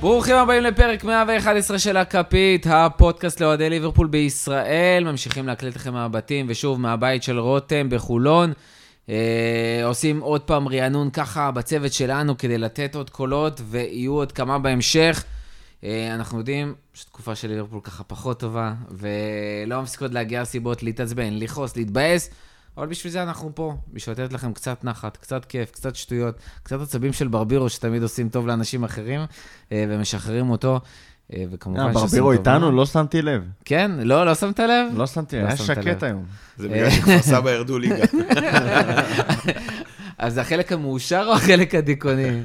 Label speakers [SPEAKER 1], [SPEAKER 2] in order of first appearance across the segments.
[SPEAKER 1] ברוכים הבאים לפרק 111 של הכפית, הפודקאסט לאוהדי ליברפול בישראל. ממשיכים להקליט לכם מהבתים, ושוב, מהבית של רותם בחולון. אה, עושים עוד פעם רענון ככה בצוות שלנו כדי לתת עוד קולות, ויהיו עוד כמה בהמשך. אה, אנחנו יודעים שתקופה של ליברפול ככה פחות טובה, ולא מפסיקות להגיע סיבות להתעצבן, לכעוס, להתבאס. אבל בשביל זה אנחנו פה, בשביל לתת לכם קצת נחת, קצת כיף, קצת שטויות, קצת עצבים של ברבירו שתמיד עושים טוב לאנשים אחרים, אה, ומשחררים אותו, אה, וכמובן
[SPEAKER 2] אה,
[SPEAKER 1] שעושים טוב.
[SPEAKER 2] ברבירו איתנו?
[SPEAKER 1] לנו.
[SPEAKER 2] לא שמתי לב.
[SPEAKER 1] כן, לא, לא שמת לב?
[SPEAKER 2] לא שמתי לב,
[SPEAKER 1] לא
[SPEAKER 2] היה
[SPEAKER 1] שמת לב.
[SPEAKER 2] שקט היום.
[SPEAKER 3] זה בגלל שכפר סבא ירדו ליגה.
[SPEAKER 1] אז זה החלק המאושר או החלק הדיכאוני?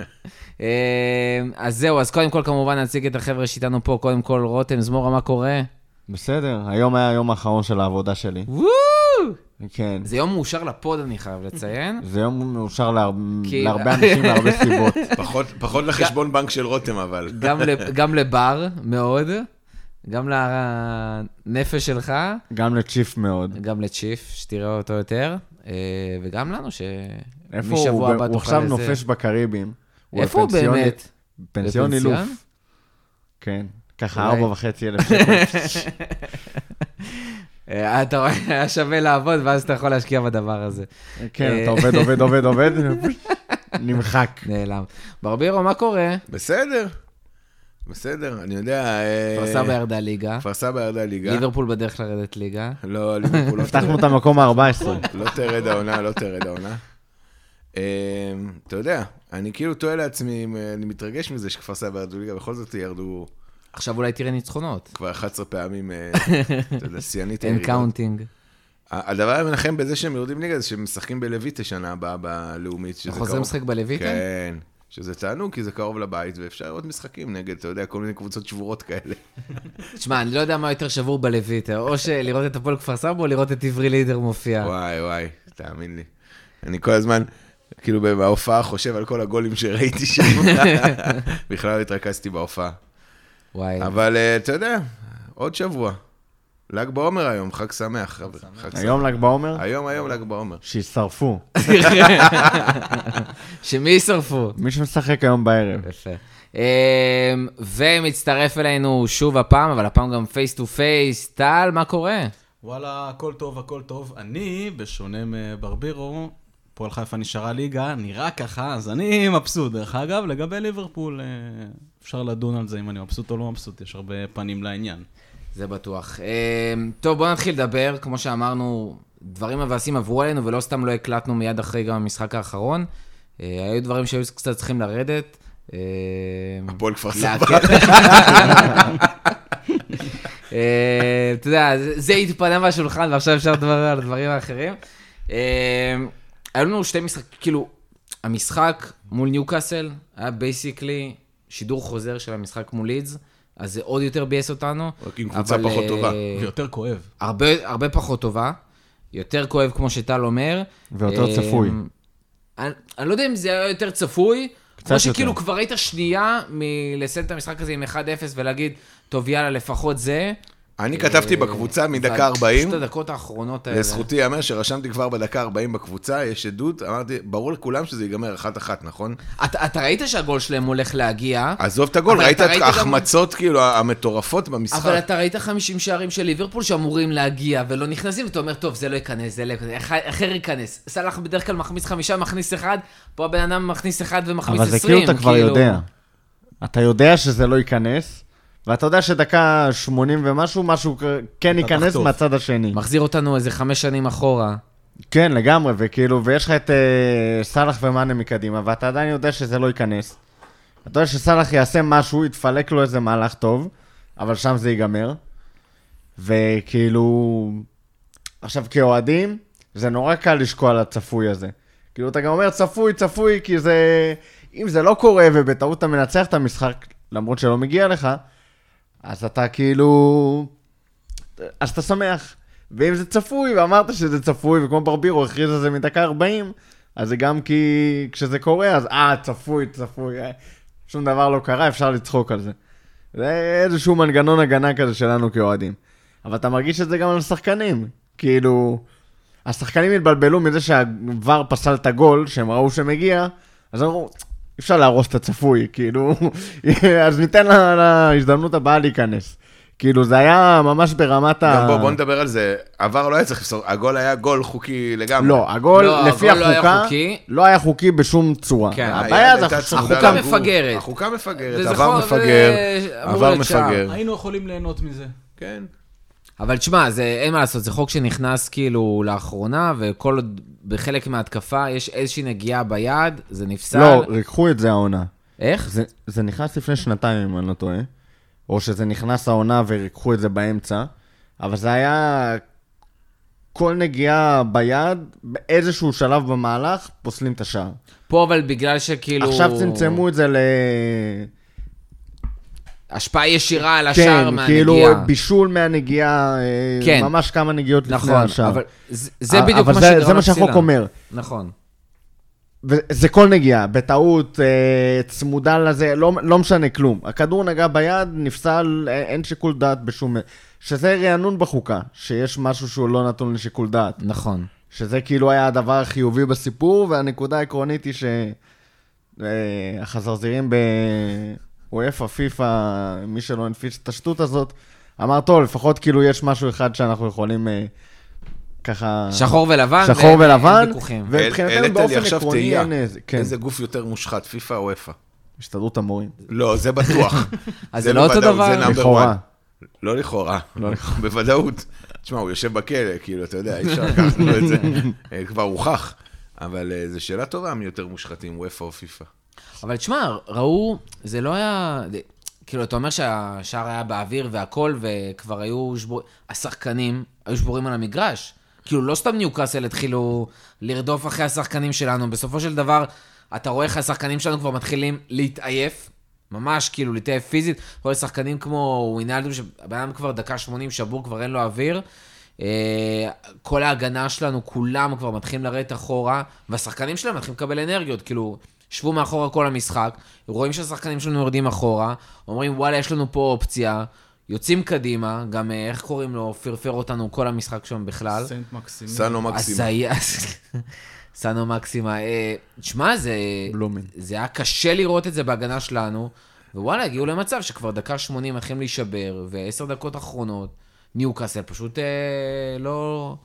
[SPEAKER 1] אה, אז זהו, אז קודם כל כמובן נציג את החבר'ה שאיתנו פה, קודם כל רותם זמורה, מה קורה?
[SPEAKER 2] בסדר, היום היה היום האחרון של העבודה שלי.
[SPEAKER 1] וואו!
[SPEAKER 2] כן.
[SPEAKER 1] זה יום מאושר לפוד, אני חייב לציין.
[SPEAKER 2] זה יום מאושר להר-
[SPEAKER 1] כי-
[SPEAKER 2] להרבה אנשים מהרבה סיבות.
[SPEAKER 3] פחות- פחות לחשבון בנק של רותם, אבל.
[SPEAKER 1] גם ל- גם לבר, מאוד, גם לנפש שלך,
[SPEAKER 2] גם לצ'יף מאוד.
[SPEAKER 1] גם לצ'יף, שתראה אותו יותר, אה, וגם לנו, ש...
[SPEAKER 2] איפה
[SPEAKER 1] משבוע
[SPEAKER 2] הוא?
[SPEAKER 1] הבא
[SPEAKER 2] הוא
[SPEAKER 1] תוכל
[SPEAKER 2] עכשיו
[SPEAKER 1] לזה.
[SPEAKER 2] נופש בקריבים.
[SPEAKER 1] איפה הוא
[SPEAKER 2] הפנסיוני-
[SPEAKER 1] באמת?
[SPEAKER 2] פנסיון
[SPEAKER 1] בפנסיון?
[SPEAKER 2] אילוף. כן. ככה
[SPEAKER 1] אולי.
[SPEAKER 2] ארבע וחצי אלף שקל.
[SPEAKER 1] אה, אתה רואה, היה שווה לעבוד, ואז אתה יכול להשקיע בדבר הזה.
[SPEAKER 2] כן,
[SPEAKER 1] אה.
[SPEAKER 2] אתה עובד, עובד, עובד, עובד, נמחק.
[SPEAKER 1] נעלם. ברבירו, מה
[SPEAKER 3] אה,
[SPEAKER 1] קורה?
[SPEAKER 3] בסדר, בסדר, אני יודע... אה,
[SPEAKER 1] כפר סבא ירדה ליגה,
[SPEAKER 3] כפר סבא ירדה ליגה.
[SPEAKER 1] ליברפול בדרך לרדת ליגה.
[SPEAKER 3] לא, ליברפול לא
[SPEAKER 2] הבטחנו
[SPEAKER 3] תרד.
[SPEAKER 2] את המקום ה-14.
[SPEAKER 3] לא תרד העונה, לא תרד העונה. אה, אתה יודע, אני כאילו תוהה לעצמי, אם, אה, אני מתרגש מזה שכפר סבא ירדו ליגה, בכל זאת ירדו
[SPEAKER 1] עכשיו אולי תראה ניצחונות.
[SPEAKER 3] כבר 11 פעמים, אה, אתה יודע, שיאנית
[SPEAKER 1] אין
[SPEAKER 3] הירידות.
[SPEAKER 1] קאונטינג.
[SPEAKER 3] ה- הדבר המנחם בזה שהם יורדים ליגה זה שהם משחקים בלויטה שנה הבאה בלאומית, שזה
[SPEAKER 1] אתה
[SPEAKER 3] קרוב.
[SPEAKER 1] חוזר לשחק בלויטה?
[SPEAKER 3] כן, שזה תענוג, כי זה קרוב לבית, ואפשר לראות משחקים נגד, אתה יודע, כל מיני קבוצות שבורות כאלה.
[SPEAKER 1] תשמע, אני לא יודע מה יותר שבור בלויטה, או שלראות את הפועל כפר סבא או לראות את עברי לידר מופיע.
[SPEAKER 3] וואי, וואי, תאמין לי. אני כל הזמן, כאילו בהופעה חושב על כל הגולים שראיתי שם. בכלל לא התרכזתי בהופעה.
[SPEAKER 1] וואי.
[SPEAKER 3] אבל אה, אתה יודע, עוד שבוע. ל"ג בעומר היום, חג שמח, חבר'ה. חג שמח.
[SPEAKER 2] היום ל"ג בעומר?
[SPEAKER 3] היום, היום ל"ג בעומר.
[SPEAKER 2] שישרפו.
[SPEAKER 1] שמי ישרפו?
[SPEAKER 2] מי שמשחק היום בערב.
[SPEAKER 1] יפה. אמ, ומצטרף אלינו שוב הפעם, אבל הפעם גם פייס טו פייס. טל, מה קורה?
[SPEAKER 4] וואלה, הכל טוב, הכל טוב. אני, בשונה מברבירו, פועל חיפה נשארה ליגה, נראה ככה, אז אני מבסוט. דרך אגב, לגבי ליברפול, אה, אפשר לדון על זה אם אני מבסוט או לא מבסוט, יש הרבה פנים לעניין.
[SPEAKER 1] זה בטוח. אמ, טוב, בואו נתחיל לדבר. כמו שאמרנו, דברים מבאסים עברו עלינו, ולא סתם לא הקלטנו מיד אחרי גם המשחק האחרון. אה, היו דברים שהיו קצת צריכים לרדת. אמ,
[SPEAKER 3] הפועל כפר סבא.
[SPEAKER 1] להקל. אה, אתה יודע, זה- זה התפנה מהשולחן ועכשיו אפשר לדבר על הדברים האחרים. אה, היו לנו שתי משחקים, כאילו, המשחק מול ניוקאסל היה בייסיקלי שידור חוזר של המשחק מול לידס, אז זה עוד יותר ביאס אותנו.
[SPEAKER 3] רק עם קבוצה
[SPEAKER 1] אבל,
[SPEAKER 3] פחות
[SPEAKER 1] אה,
[SPEAKER 3] טובה.
[SPEAKER 4] ויותר כואב.
[SPEAKER 1] הרבה, הרבה פחות טובה, יותר כואב כמו שטל אומר.
[SPEAKER 2] ויותר
[SPEAKER 1] אה,
[SPEAKER 2] צפוי.
[SPEAKER 1] אני, אני לא יודע אם זה היה יותר צפוי,
[SPEAKER 2] קצת
[SPEAKER 1] כמו שכאילו
[SPEAKER 2] יותר.
[SPEAKER 1] כבר היית שנייה מלסיים את המשחק הזה עם 1-0 ולהגיד, טוב יאללה לפחות זה.
[SPEAKER 3] אני כתבתי
[SPEAKER 1] אה,
[SPEAKER 3] בקבוצה
[SPEAKER 1] אבל
[SPEAKER 3] מדקה 40,
[SPEAKER 1] פשוט הדקות האחרונות האלה.
[SPEAKER 3] לזכותי ייאמר שרשמתי כבר בדקה 40 בקבוצה, יש עדות, אמרתי, ברור לכולם שזה ייגמר אחת-אחת, נכון?
[SPEAKER 1] אתה, אתה ראית שהגול שלהם הולך להגיע,
[SPEAKER 3] עזוב את הגול,
[SPEAKER 1] אבל
[SPEAKER 3] ראית
[SPEAKER 1] אתה
[SPEAKER 3] את
[SPEAKER 1] ראית גם-
[SPEAKER 3] ההחמצות כאילו המטורפות
[SPEAKER 1] אבל
[SPEAKER 3] במשחק.
[SPEAKER 1] אתה ראית 50 שערים של ליברפול שאמורים להגיע ולא נכנסים, ואתה אומר, טוב, זה לא ייכנס, זה לא ייכנס, אח- אחר ייכנס. סאלח בדרך כלל מחמיץ חמישה, מכניס אחד, פה הבן אדם מכניס אחד ומכניס
[SPEAKER 2] אבל
[SPEAKER 1] עשרים.
[SPEAKER 2] זה כאילו אתה כבר יודע. אתה יודע שזה לא ייכנס, ואתה יודע שדקה 80 ומשהו, משהו כ- כן
[SPEAKER 4] אתה
[SPEAKER 2] ייכנס
[SPEAKER 4] תחטוף.
[SPEAKER 2] מהצד השני.
[SPEAKER 1] מחזיר אותנו איזה חמש שנים אחורה.
[SPEAKER 2] כן, לגמרי, וכאילו, ויש לך את אה, סאלח ומאנה מקדימה, ואתה עדיין יודע שזה לא ייכנס. אתה יודע שסאלח יעשה משהו, יתפלק לו איזה מהלך טוב, אבל שם זה ייגמר. וכאילו... עכשיו, כאוהדים, זה נורא קל לשקוע על הצפוי הזה. כאילו, אתה גם אומר צפוי, צפוי, כי זה... אם זה לא קורה ובטעות אתה מנצח את המשחק, למרות שלא מגיע לך, אז אתה כאילו... אז אתה שמח. ואם זה צפוי, ואמרת שזה צפוי, וכמו ברבירו הכריז על זה מדקה 40, אז זה גם כי כשזה קורה, אז אה, צפוי, צפוי, אה, שום דבר לא קרה, אפשר לצחוק על זה. זה איזשהו מנגנון הגנה כזה שלנו כאוהדים. אבל אתה מרגיש את זה גם על השחקנים. כאילו, השחקנים התבלבלו מזה שהוואר פסל את הגול, שהם ראו שמגיע, אז אמרו, אפשר להרוס את הצפוי, כאילו, אז ניתן לה- להזדמנות הבאה להיכנס. כאילו, זה היה ממש ברמת ה...
[SPEAKER 3] גם בוא, בוא נדבר על זה. עבר לא היה צריך לפסול, הגול היה גול חוקי לגמרי.
[SPEAKER 2] לא, הגול,
[SPEAKER 1] לא,
[SPEAKER 2] לפי
[SPEAKER 1] הגול לא היה
[SPEAKER 2] החוקה,
[SPEAKER 1] חוקי.
[SPEAKER 2] לא היה חוקי בשום צורה.
[SPEAKER 1] כן.
[SPEAKER 2] הבעיה זה
[SPEAKER 3] הייתה צמודה
[SPEAKER 2] החוקה
[SPEAKER 1] החוקה
[SPEAKER 3] לגוף.
[SPEAKER 1] מפגרת.
[SPEAKER 3] החוקה מפגרת,
[SPEAKER 1] וזה אה,
[SPEAKER 3] עבר
[SPEAKER 1] חוק-
[SPEAKER 3] מפגר,
[SPEAKER 1] זה אמור
[SPEAKER 3] עבר
[SPEAKER 1] להיות שער.
[SPEAKER 3] מפגר.
[SPEAKER 4] היינו יכולים ליהנות מזה.
[SPEAKER 3] כן.
[SPEAKER 1] אבל תשמע, זה, אין מה לעשות, זה חוק שנכנס כאילו לאחרונה, וכל עוד בחלק מההתקפה יש איזושהי נגיעה ביד, זה נפסל.
[SPEAKER 2] לא, ריקחו את זה העונה.
[SPEAKER 1] איך?
[SPEAKER 2] זה, זה נכנס לפני שנתיים, אם אני לא טועה, או שזה נכנס העונה וריככו את זה באמצע, אבל זה היה כל נגיעה ביד, באיזשהו שלב במהלך, פוסלים את השער.
[SPEAKER 1] פה אבל בגלל שכאילו...
[SPEAKER 2] עכשיו צמצמו את זה ל...
[SPEAKER 1] השפעה ישירה על השער
[SPEAKER 2] כן,
[SPEAKER 1] מהנגיעה.
[SPEAKER 2] כאילו בישול מהנגיעה, אה,
[SPEAKER 1] כן.
[SPEAKER 2] ממש כמה נגיעות לפני
[SPEAKER 1] נכון,
[SPEAKER 2] השער.
[SPEAKER 1] אבל זה- זה
[SPEAKER 2] א-
[SPEAKER 1] בדיוק
[SPEAKER 2] אה, אבל
[SPEAKER 1] מה
[SPEAKER 2] זה-
[SPEAKER 1] שגרם לפסילה.
[SPEAKER 2] זה מה שהחוק אומר.
[SPEAKER 1] נכון.
[SPEAKER 2] וזה כל נגיעה, בטעות, אה, צמודה לזה, לא, לא משנה כלום. הכדור נגע ביד, נפסל, אה, אין שיקול דעת בשום... שזה רענון בחוקה, שיש משהו שהוא לא נתון לשיקול דעת.
[SPEAKER 1] נכון.
[SPEAKER 2] שזה כאילו היה הדבר החיובי בסיפור, והנקודה העקרונית היא אה, שהחזרזירים באויפה, פיפא, מי שלא הנפיץ את השטות הזאת, אמר, טוב, לפחות כאילו יש משהו אחד שאנחנו יכולים אה, ככה...
[SPEAKER 1] שחור ולבן.
[SPEAKER 2] שחור
[SPEAKER 1] ואין-
[SPEAKER 2] ולבן,
[SPEAKER 1] אין ויכוחים.
[SPEAKER 2] ומבחינתנו
[SPEAKER 3] העלית לי
[SPEAKER 2] באופן
[SPEAKER 3] עכשיו
[SPEAKER 2] עקרוני
[SPEAKER 3] תהייה.
[SPEAKER 2] אין איזה... כן,
[SPEAKER 3] איזה גוף יותר מושחת, פיפא או איפה?
[SPEAKER 2] הסתדרות המורים.
[SPEAKER 3] לא, זה בטוח.
[SPEAKER 1] אז זה לא אותו
[SPEAKER 3] בוודאות,
[SPEAKER 1] דבר?
[SPEAKER 3] זה נאמבר
[SPEAKER 2] לכאורה.
[SPEAKER 3] וואן. לא לכאורה. בוודאות. תשמע, הוא יושב בכלא, כאילו, אתה יודע, אי אפשר לקחת לו את זה. אה, כבר הוכח. אבל אה, זו שאלה טובה, מי יותר מושחתים, וופא או פיפא.
[SPEAKER 1] אבל תשמע, ראו, זה לא היה... זה- כאילו, אתה אומר שהשער היה באוויר והכל, וכבר היו שבורים... השחקנים היו שבורים על המגרש. כאילו, לא סתם ניוקאסל התחילו לרדוף אחרי השחקנים שלנו. בסופו של דבר, אתה רואה איך השחקנים שלנו כבר מתחילים להתעייף. ממש, כאילו, להתעייף פיזית. אתה רואה שחקנים כמו ווינלדום, שהבן אדם כבר דקה 80 שבור, כבר אין לו אוויר. אה, כל ההגנה שלנו, כולם כבר מתחילים לרדת אחורה, והשחקנים שלהם מתחילים לקבל אנרגיות, כאילו, שבו מאחורה כל המשחק, רואים שהשחקנים שלנו יורדים אחורה, אומרים, וואלה, יש לנו פה אופציה, יוצאים קדימה, גם אה, איך קוראים לו, פרפר אותנו כל המשחק שם בכלל.
[SPEAKER 4] סנט מקסימי.
[SPEAKER 3] סנו מקסימה.
[SPEAKER 1] הזיה. סנו מקסימה. אה, תשמע, זה...
[SPEAKER 2] בלומין.
[SPEAKER 1] זה היה קשה לראות את זה בהגנה שלנו, ווואלה, הגיעו למצב שכבר דקה 80 מתחילים להישבר, ועשר דקות אחרונות, ניוקאסל פשוט אה, לא...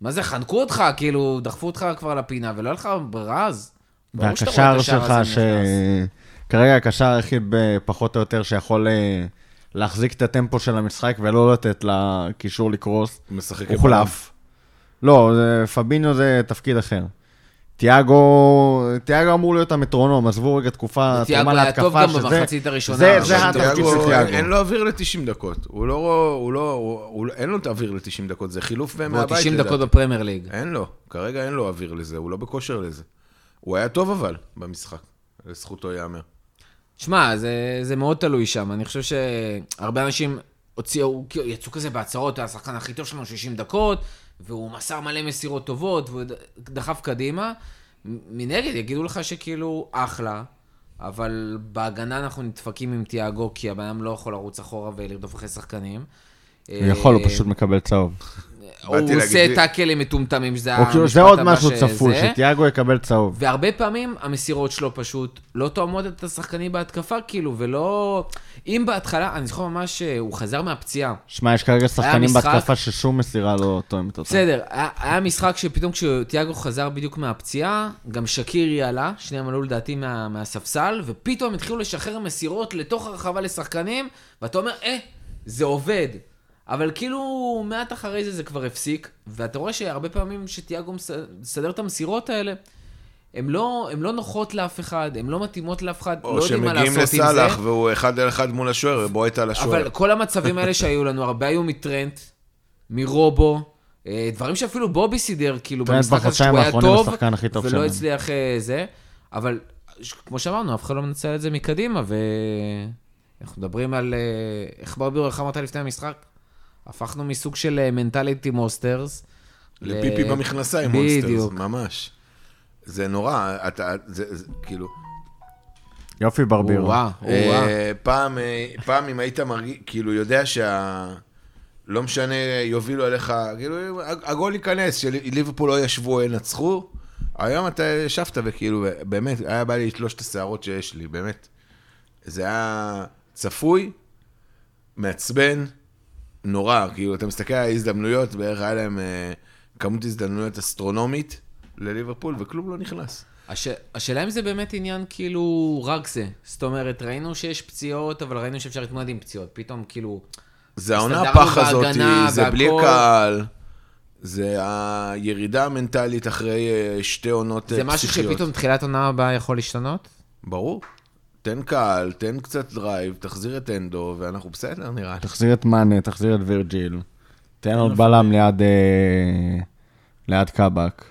[SPEAKER 1] מה זה, חנקו אותך, כאילו, דחפו אותך כבר לפינה, ולא היה לך ברירה אז. ברור שאתה רואה את
[SPEAKER 2] והקשר
[SPEAKER 1] השער
[SPEAKER 2] שלך,
[SPEAKER 1] הזה
[SPEAKER 2] ש...
[SPEAKER 1] נכנס.
[SPEAKER 2] כרגע הקשר היחיד ב- פחות או יותר שיכול אה, להחזיק את הטמפו של המשחק ולא לתת לקישור לקרוס,
[SPEAKER 3] משחק
[SPEAKER 2] הוא חולף. לא, זה- פביניו זה תפקיד אחר. תיאגו, תיאגו אמור להיות המטרונום, עזבו רגע תקופה,
[SPEAKER 1] ותיאגו
[SPEAKER 2] תרומה
[SPEAKER 1] היה טוב
[SPEAKER 2] להתקפה,
[SPEAKER 1] גם
[SPEAKER 2] שזה-
[SPEAKER 1] במחצית הראשונה,
[SPEAKER 2] זה,
[SPEAKER 1] אבל
[SPEAKER 2] זה
[SPEAKER 3] אבל
[SPEAKER 2] התפקיד של
[SPEAKER 3] תיאגו, אין
[SPEAKER 2] תיאגו.
[SPEAKER 3] לו אוויר ל-90 דקות. הוא לא, הוא לא, הוא- הוא- אין לו את האוויר ל-90 דקות, זה חילוף
[SPEAKER 1] ועוד
[SPEAKER 3] מהבית.
[SPEAKER 1] 90
[SPEAKER 3] לדעתי.
[SPEAKER 1] דקות בפרמייר ליג.
[SPEAKER 3] אין לו, כרגע אין לו אוויר לזה, הוא לא בכושר לזה. הוא היה טוב אבל, במשחק. לזכותו ייאמר.
[SPEAKER 1] שמע, זה, זה מאוד תלוי שם. אני חושב שהרבה אנשים הוציאו, כאילו, יצאו כזה בהצהרות, הוא השחקן הכי טוב שלנו 60 דקות, והוא מסר מלא מסירות טובות, והוא ד- דחף קדימה. מ- מנגד, יגידו לך שכאילו, אחלה, אבל בהגנה אנחנו נדפקים עם תיאגו, כי הבן אדם לא יכול לרוץ אחורה ולרדוף אחרי שחקנים. אה,
[SPEAKER 2] הוא יכול, הוא פשוט מקבל צהוב.
[SPEAKER 1] הוא
[SPEAKER 3] באתי
[SPEAKER 1] עושה
[SPEAKER 3] להגיד-
[SPEAKER 1] טאקלים מטומטמים, שזה
[SPEAKER 2] או כאילו,
[SPEAKER 1] אה, המשפט
[SPEAKER 2] זה עוד
[SPEAKER 1] הבא
[SPEAKER 2] משהו
[SPEAKER 1] שזה.
[SPEAKER 2] צפוי, שתיאגו יקבל צהוב.
[SPEAKER 1] והרבה פעמים המסירות שלו פשוט לא תואמות את השחקנים בהתקפה, כאילו, ולא... אם בהתחלה, אני זוכר ממש שהוא חזר מהפציעה.
[SPEAKER 2] שמע, יש כרגע שחקנים
[SPEAKER 1] משחק-
[SPEAKER 2] בהתקפה ששום מסירה לא תואמת אותם.
[SPEAKER 1] בסדר, היה, היה משחק שפתאום כשתיאגו חזר בדיוק מהפציעה, גם שקירי עלה, שניהם עלו לדעתי מה, מהספסל, ופתאום התחילו לשחרר מסירות לתוך הרחבה לשחקנים, ואתה אומר, אה, זה עובד. אבל כאילו, מעט אחרי זה זה כבר הפסיק, ואתה רואה שהרבה פעמים שתיאגו מס- מסדר את המסירות האלה, הן לא, הן לא נוחות לאף אחד, הן לא מתאימות לאף אחד, לא
[SPEAKER 3] או
[SPEAKER 1] יודעים מה לעשות
[SPEAKER 3] שמגיעים
[SPEAKER 1] עם זה.
[SPEAKER 3] לסאלח והוא אחד על אחד מול השוער, בועט על השוער.
[SPEAKER 1] אבל כל המצבים האלה שהיו לנו, הרבה היו מטרנט, מרובו, אה, דברים שאפילו בובי סידר, כאילו,
[SPEAKER 2] טרנט
[SPEAKER 1] במשחק הזה
[SPEAKER 2] בחודשיים
[SPEAKER 1] שהוא היה
[SPEAKER 2] האחרונים
[SPEAKER 1] טוב,
[SPEAKER 2] השחקן הכי טוב
[SPEAKER 1] ולא
[SPEAKER 2] שלנו.
[SPEAKER 1] הצליח אה, זה, אבל ש- כמו שאמרנו, אף אחד לא מנצל את זה מקדימה, ו... אנחנו מדברים על... אה, איך ברבירו, איך אמרת לפני המשחק? הפכנו מסוג של אה, מנטליטי מוסטרס.
[SPEAKER 3] לפיפי במכנסיים, מונסטרס,
[SPEAKER 1] בדיוק.
[SPEAKER 3] ממש. זה נורא, אתה, זה, זה כאילו,
[SPEAKER 2] יופי ברבירו.
[SPEAKER 1] או-אה, או-אה.
[SPEAKER 3] אה, פעם, אה, פעם אם היית מרגיש, כאילו, יודע שה... לא משנה, יובילו עליך, כאילו, הגול ייכנס, שליברפול לא ישבו, ינצחו, היום אתה ישבת וכאילו, באמת, היה בא לי לתלוש את השערות שיש לי, באמת. זה היה צפוי, מעצבן, נורא. כאילו, אתה מסתכל על ההזדמנויות, בערך היה להם אה, כמות הזדמנויות אסטרונומית לליברפול, וכלום לא נכנס.
[SPEAKER 1] הש... השאלה אם זה באמת עניין כאילו רק זה. זאת אומרת, ראינו שיש פציעות, אבל ראינו שאפשר להתמודד עם פציעות. פתאום כאילו...
[SPEAKER 3] זה העונה
[SPEAKER 1] הסתדרנו
[SPEAKER 3] הפח הזאתי,
[SPEAKER 1] בהגנה
[SPEAKER 3] זה בלי
[SPEAKER 1] והכל.
[SPEAKER 3] הקהל, זה הירידה המנטלית אחרי אה, שתי עונות אה,
[SPEAKER 1] זה משהו
[SPEAKER 3] פסיכיות.
[SPEAKER 1] שפתאום תחילת עונה הבאה יכול להשתנות?
[SPEAKER 3] ברור. תן קהל, תן קצת דרייב, תחזיר את אנדו, ואנחנו בסדר נראה לי.
[SPEAKER 2] תחזיר את מאנה, תחזיר את וירג'יל. תן עוד בלם ליד אה, ליד קאבק.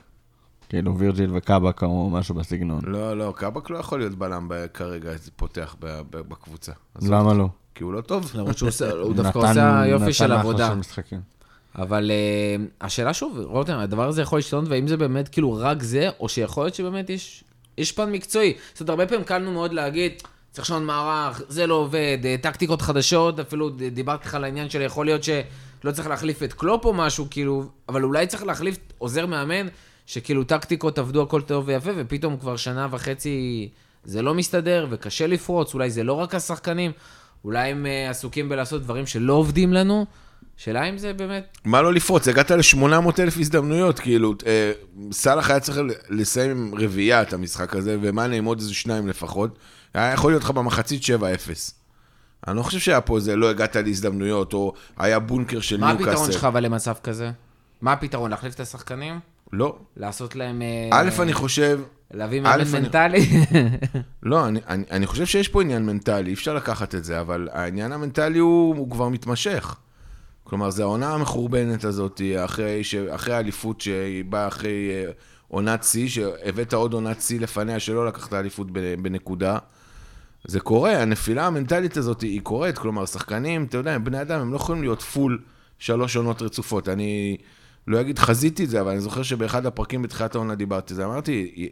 [SPEAKER 2] כאילו וירג'יל וקאבק או משהו בסגנון.
[SPEAKER 3] לא, לא, קבק לא יכול להיות בלם ב- כרגע פותח ב- ב- בקבוצה. אז
[SPEAKER 2] למה לא?
[SPEAKER 3] כי הוא לא טוב.
[SPEAKER 1] למרות שהוא עושה- הוא דווקא
[SPEAKER 2] נתן-
[SPEAKER 1] עושה יופי של
[SPEAKER 2] נתן
[SPEAKER 1] עבודה.
[SPEAKER 2] אחלה של משחקים.
[SPEAKER 1] אבל uh, השאלה שוב, רותם, הדבר הזה יכול להשתנות, והאם זה באמת כאילו רק זה, או שיכול להיות שבאמת יש, יש פן מקצועי. זאת אומרת, הרבה פעמים קל לנו מאוד להגיד, צריך לשנות מערך, זה לא עובד, אה, טקטיקות חדשות, אפילו ד- דיברתי איתך על העניין של יכול להיות שלא צריך להחליף את קלופ או משהו, כאילו, אבל אולי צריך להחליף עוזר מאמן, שכאילו טקטיקות עבדו הכל טוב ויפה, ופתאום כבר שנה וחצי זה לא מסתדר, וקשה לפרוץ, אולי זה לא רק השחקנים, אולי הם אה, עסוקים בלעשות דברים שלא עובדים לנו. שאלה אם זה באמת
[SPEAKER 3] מה לא לפרוץ? הגעת ל-800 אלף הזדמנויות, כאילו, אה, סאלח היה צריך ל- לסיים עם רביעייה את המשחק הזה, ומאנה עם עוד איזה שניים לפחות. היה יכול להיות לך במחצית 7-0. אני לא חושב שהיה פה איזה לא הגעת להזדמנויות, או היה בונקר של
[SPEAKER 1] מה
[SPEAKER 3] ניוקאסל.
[SPEAKER 1] הפתרון שלך אבל למצב כזה? מה הפתרון? להחליף את השחקנים?
[SPEAKER 3] לא.
[SPEAKER 1] לעשות להם... אה,
[SPEAKER 3] א', אני חושב,
[SPEAKER 1] להביא
[SPEAKER 3] א',
[SPEAKER 1] מאמן
[SPEAKER 3] אני-
[SPEAKER 1] מנטלי?
[SPEAKER 3] לא, אני, אני, אני חושב שיש פה עניין מנטלי, אי אפשר לקחת את זה, אבל העניין המנטלי הוא, הוא כבר מתמשך. כלומר, זו העונה המחורבנת הזאת, אחרי, ש, אחרי האליפות שהיא באה אחרי אה, עונת שיא, שהבאת עוד עונת שיא לפניה שלא לקחת אליפות ב- בנקודה. זה קורה, הנפילה המנטלית הזאת היא קורית, כלומר, שחקנים, אתה יודע, הם בני אדם, הם לא יכולים להיות פול שלוש עונות רצופות. אני לא אגיד חזיתי את זה, אבל אני זוכר שבאחד הפרקים בתחילת העונה דיברתי על זה, אמרתי,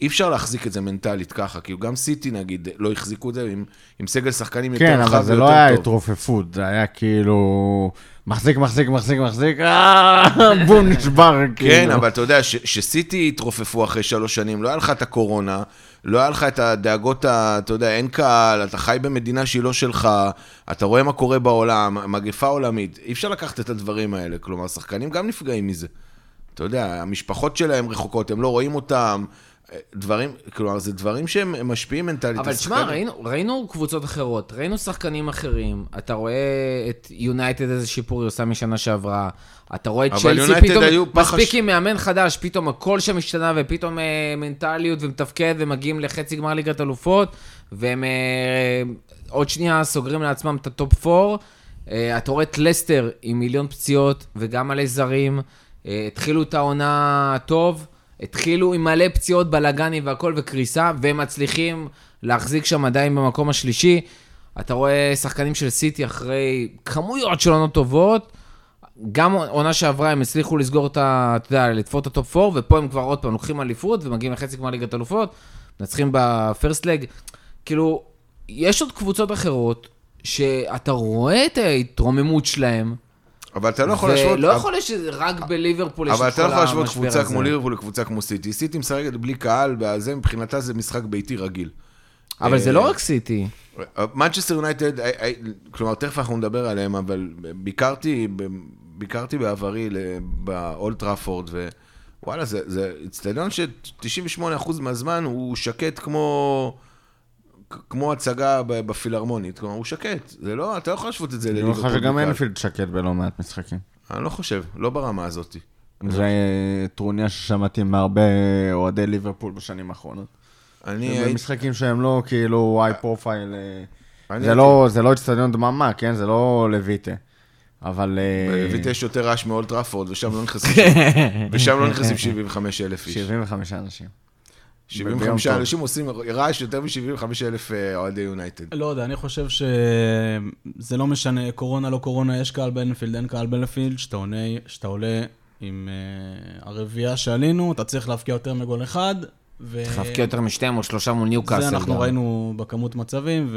[SPEAKER 3] אי אפשר להחזיק את זה מנטלית ככה, כאילו גם סיטי נגיד לא החזיקו את זה עם, עם סגל שחקנים יותר
[SPEAKER 2] כן,
[SPEAKER 3] רחב ויותר
[SPEAKER 2] אבל
[SPEAKER 3] טוב.
[SPEAKER 2] זה לא היה התרופפות, זה היה כאילו... מחזיק, מחזיק, מחזיק, מחזיק, אה, בום, נשבר, כאילו.
[SPEAKER 3] כן, אבל אתה יודע, ש- שסיטי התרופפו אחרי שלוש שנים, לא היה לך את הקורונה, לא היה לך את הדאגות, ה- אתה יודע, אין קהל, אתה חי במדינה שהיא לא שלך, אתה רואה מה קורה בעולם, מגפה עולמית. אי אפשר לקחת את הדברים האלה, כלומר, שחקנים גם נפגעים מזה. אתה יודע, המשפחות שלהם רחוקות, הם לא רואים אותם, אה, דברים, כלומר, זה דברים שהם הם משפיעים מנטלית.
[SPEAKER 1] אבל תשמע,
[SPEAKER 3] השחקנים-
[SPEAKER 1] ראינו- ראינו קבוצות אחרות, ראינו שחקנים אחרים, אתה רואה את יונייטד איזה שיפור היא עושה משנה שעברה, אתה רואה את
[SPEAKER 3] אבל
[SPEAKER 1] צ'לסי
[SPEAKER 3] יונייטד היו
[SPEAKER 1] פתאום,
[SPEAKER 3] פח
[SPEAKER 1] מספיק
[SPEAKER 3] הש-
[SPEAKER 1] עם מאמן חדש, פתאום הכל שם השתנה, ופתאום אה, מנטליות ומתפקד, ומגיעים לחצי גמר ליגת אלופות, והם אה, עוד שנייה סוגרים לעצמם את הטופ 4. אה, אתה רואה את לסטר עם מיליון פציעות, וגם מלא זרים, אה, התחילו את העונה טוב. התחילו עם מלא פציעות, בלאגנים והכל וקריסה, והם מצליחים להחזיק שם עדיין במקום השלישי. אתה רואה שחקנים של סיטי אחרי כמויות של עונות טובות, גם עונה שעברה הם הצליחו לסגור את ה... אתה יודע, לתפור את הטופ 4, ופה הם כבר עוד פעם לוקחים אליפות ומגיעים לחצי גמר ליגת אלופות, מנצחים בפרסט לג. כאילו, יש עוד קבוצות אחרות שאתה רואה את ההתרוממות שלהם,
[SPEAKER 3] אבל אתה לא יכול להשוות...
[SPEAKER 1] ולא יכול להיות שרק בליברפול יש את כל
[SPEAKER 3] אבל
[SPEAKER 1] המשבר הזה.
[SPEAKER 3] אתה לא יכול להשוות קבוצה כמו ליברפול לקבוצה כמו סיטי. סיטי משחקת בלי קהל, וזה מבחינתה זה משחק ביתי רגיל.
[SPEAKER 1] אבל זה
[SPEAKER 3] אה,
[SPEAKER 1] לא רק סיטי.
[SPEAKER 3] מנצ'סטר יונייטד, אה, אה, כלומר, תכף אנחנו נדבר עליהם, אבל ביקרתי, ב- ביקרתי בעברי ל- באולט טראפורד, ווואלה, זה- זה אצטדיון ש-98% מהזמן הוא שקט כמו... כמו הצגה ב- בפילהרמונית, כלומר, הוא שקט, זה לא, אתה לא יכול להשוות את זה
[SPEAKER 2] אני
[SPEAKER 3] לליברפול.
[SPEAKER 2] חושב שגם
[SPEAKER 3] בקהל.
[SPEAKER 2] אינפילד שקט בלא מעט משחקים.
[SPEAKER 3] אני לא חושב, לא ברמה הזאת.
[SPEAKER 2] זה טרוניה ששמעתי מהרבה אוהדי ליברפול בשנים האחרונות.
[SPEAKER 3] אני הייתי...
[SPEAKER 2] במשחקים שהם לא כאילו היי פרופייל. אה,
[SPEAKER 3] אני
[SPEAKER 2] זה לא- זה לא אצטדיון דממה, כן? זה לא לויטה. אבל... אה,
[SPEAKER 3] בלויט יש יותר רעש מאולט טראפורד, ושם לא נכנסים- ושם לא נכנסים 75 אלף איש.
[SPEAKER 2] 75 אנשים.
[SPEAKER 3] 75
[SPEAKER 2] ביום טוב.
[SPEAKER 3] אנשים עושים רעש יותר מ-75 אלף אה, אוהדי יונייטד.
[SPEAKER 4] לא יודע, אני חושב שזה לא משנה, קורונה, לא קורונה, יש קהל באנפילד, אין קהל באנפילד, שאתה עונה- שאתה עולה עם אה, הרביעייה שעלינו, אתה צריך להבקיע יותר מגול אחד. ו-
[SPEAKER 1] צריך להבקיע יותר משתיים או שלושה מול ניוקאסל. לא.
[SPEAKER 4] זה אנחנו
[SPEAKER 1] גם.
[SPEAKER 4] ראינו בכמות מצבים,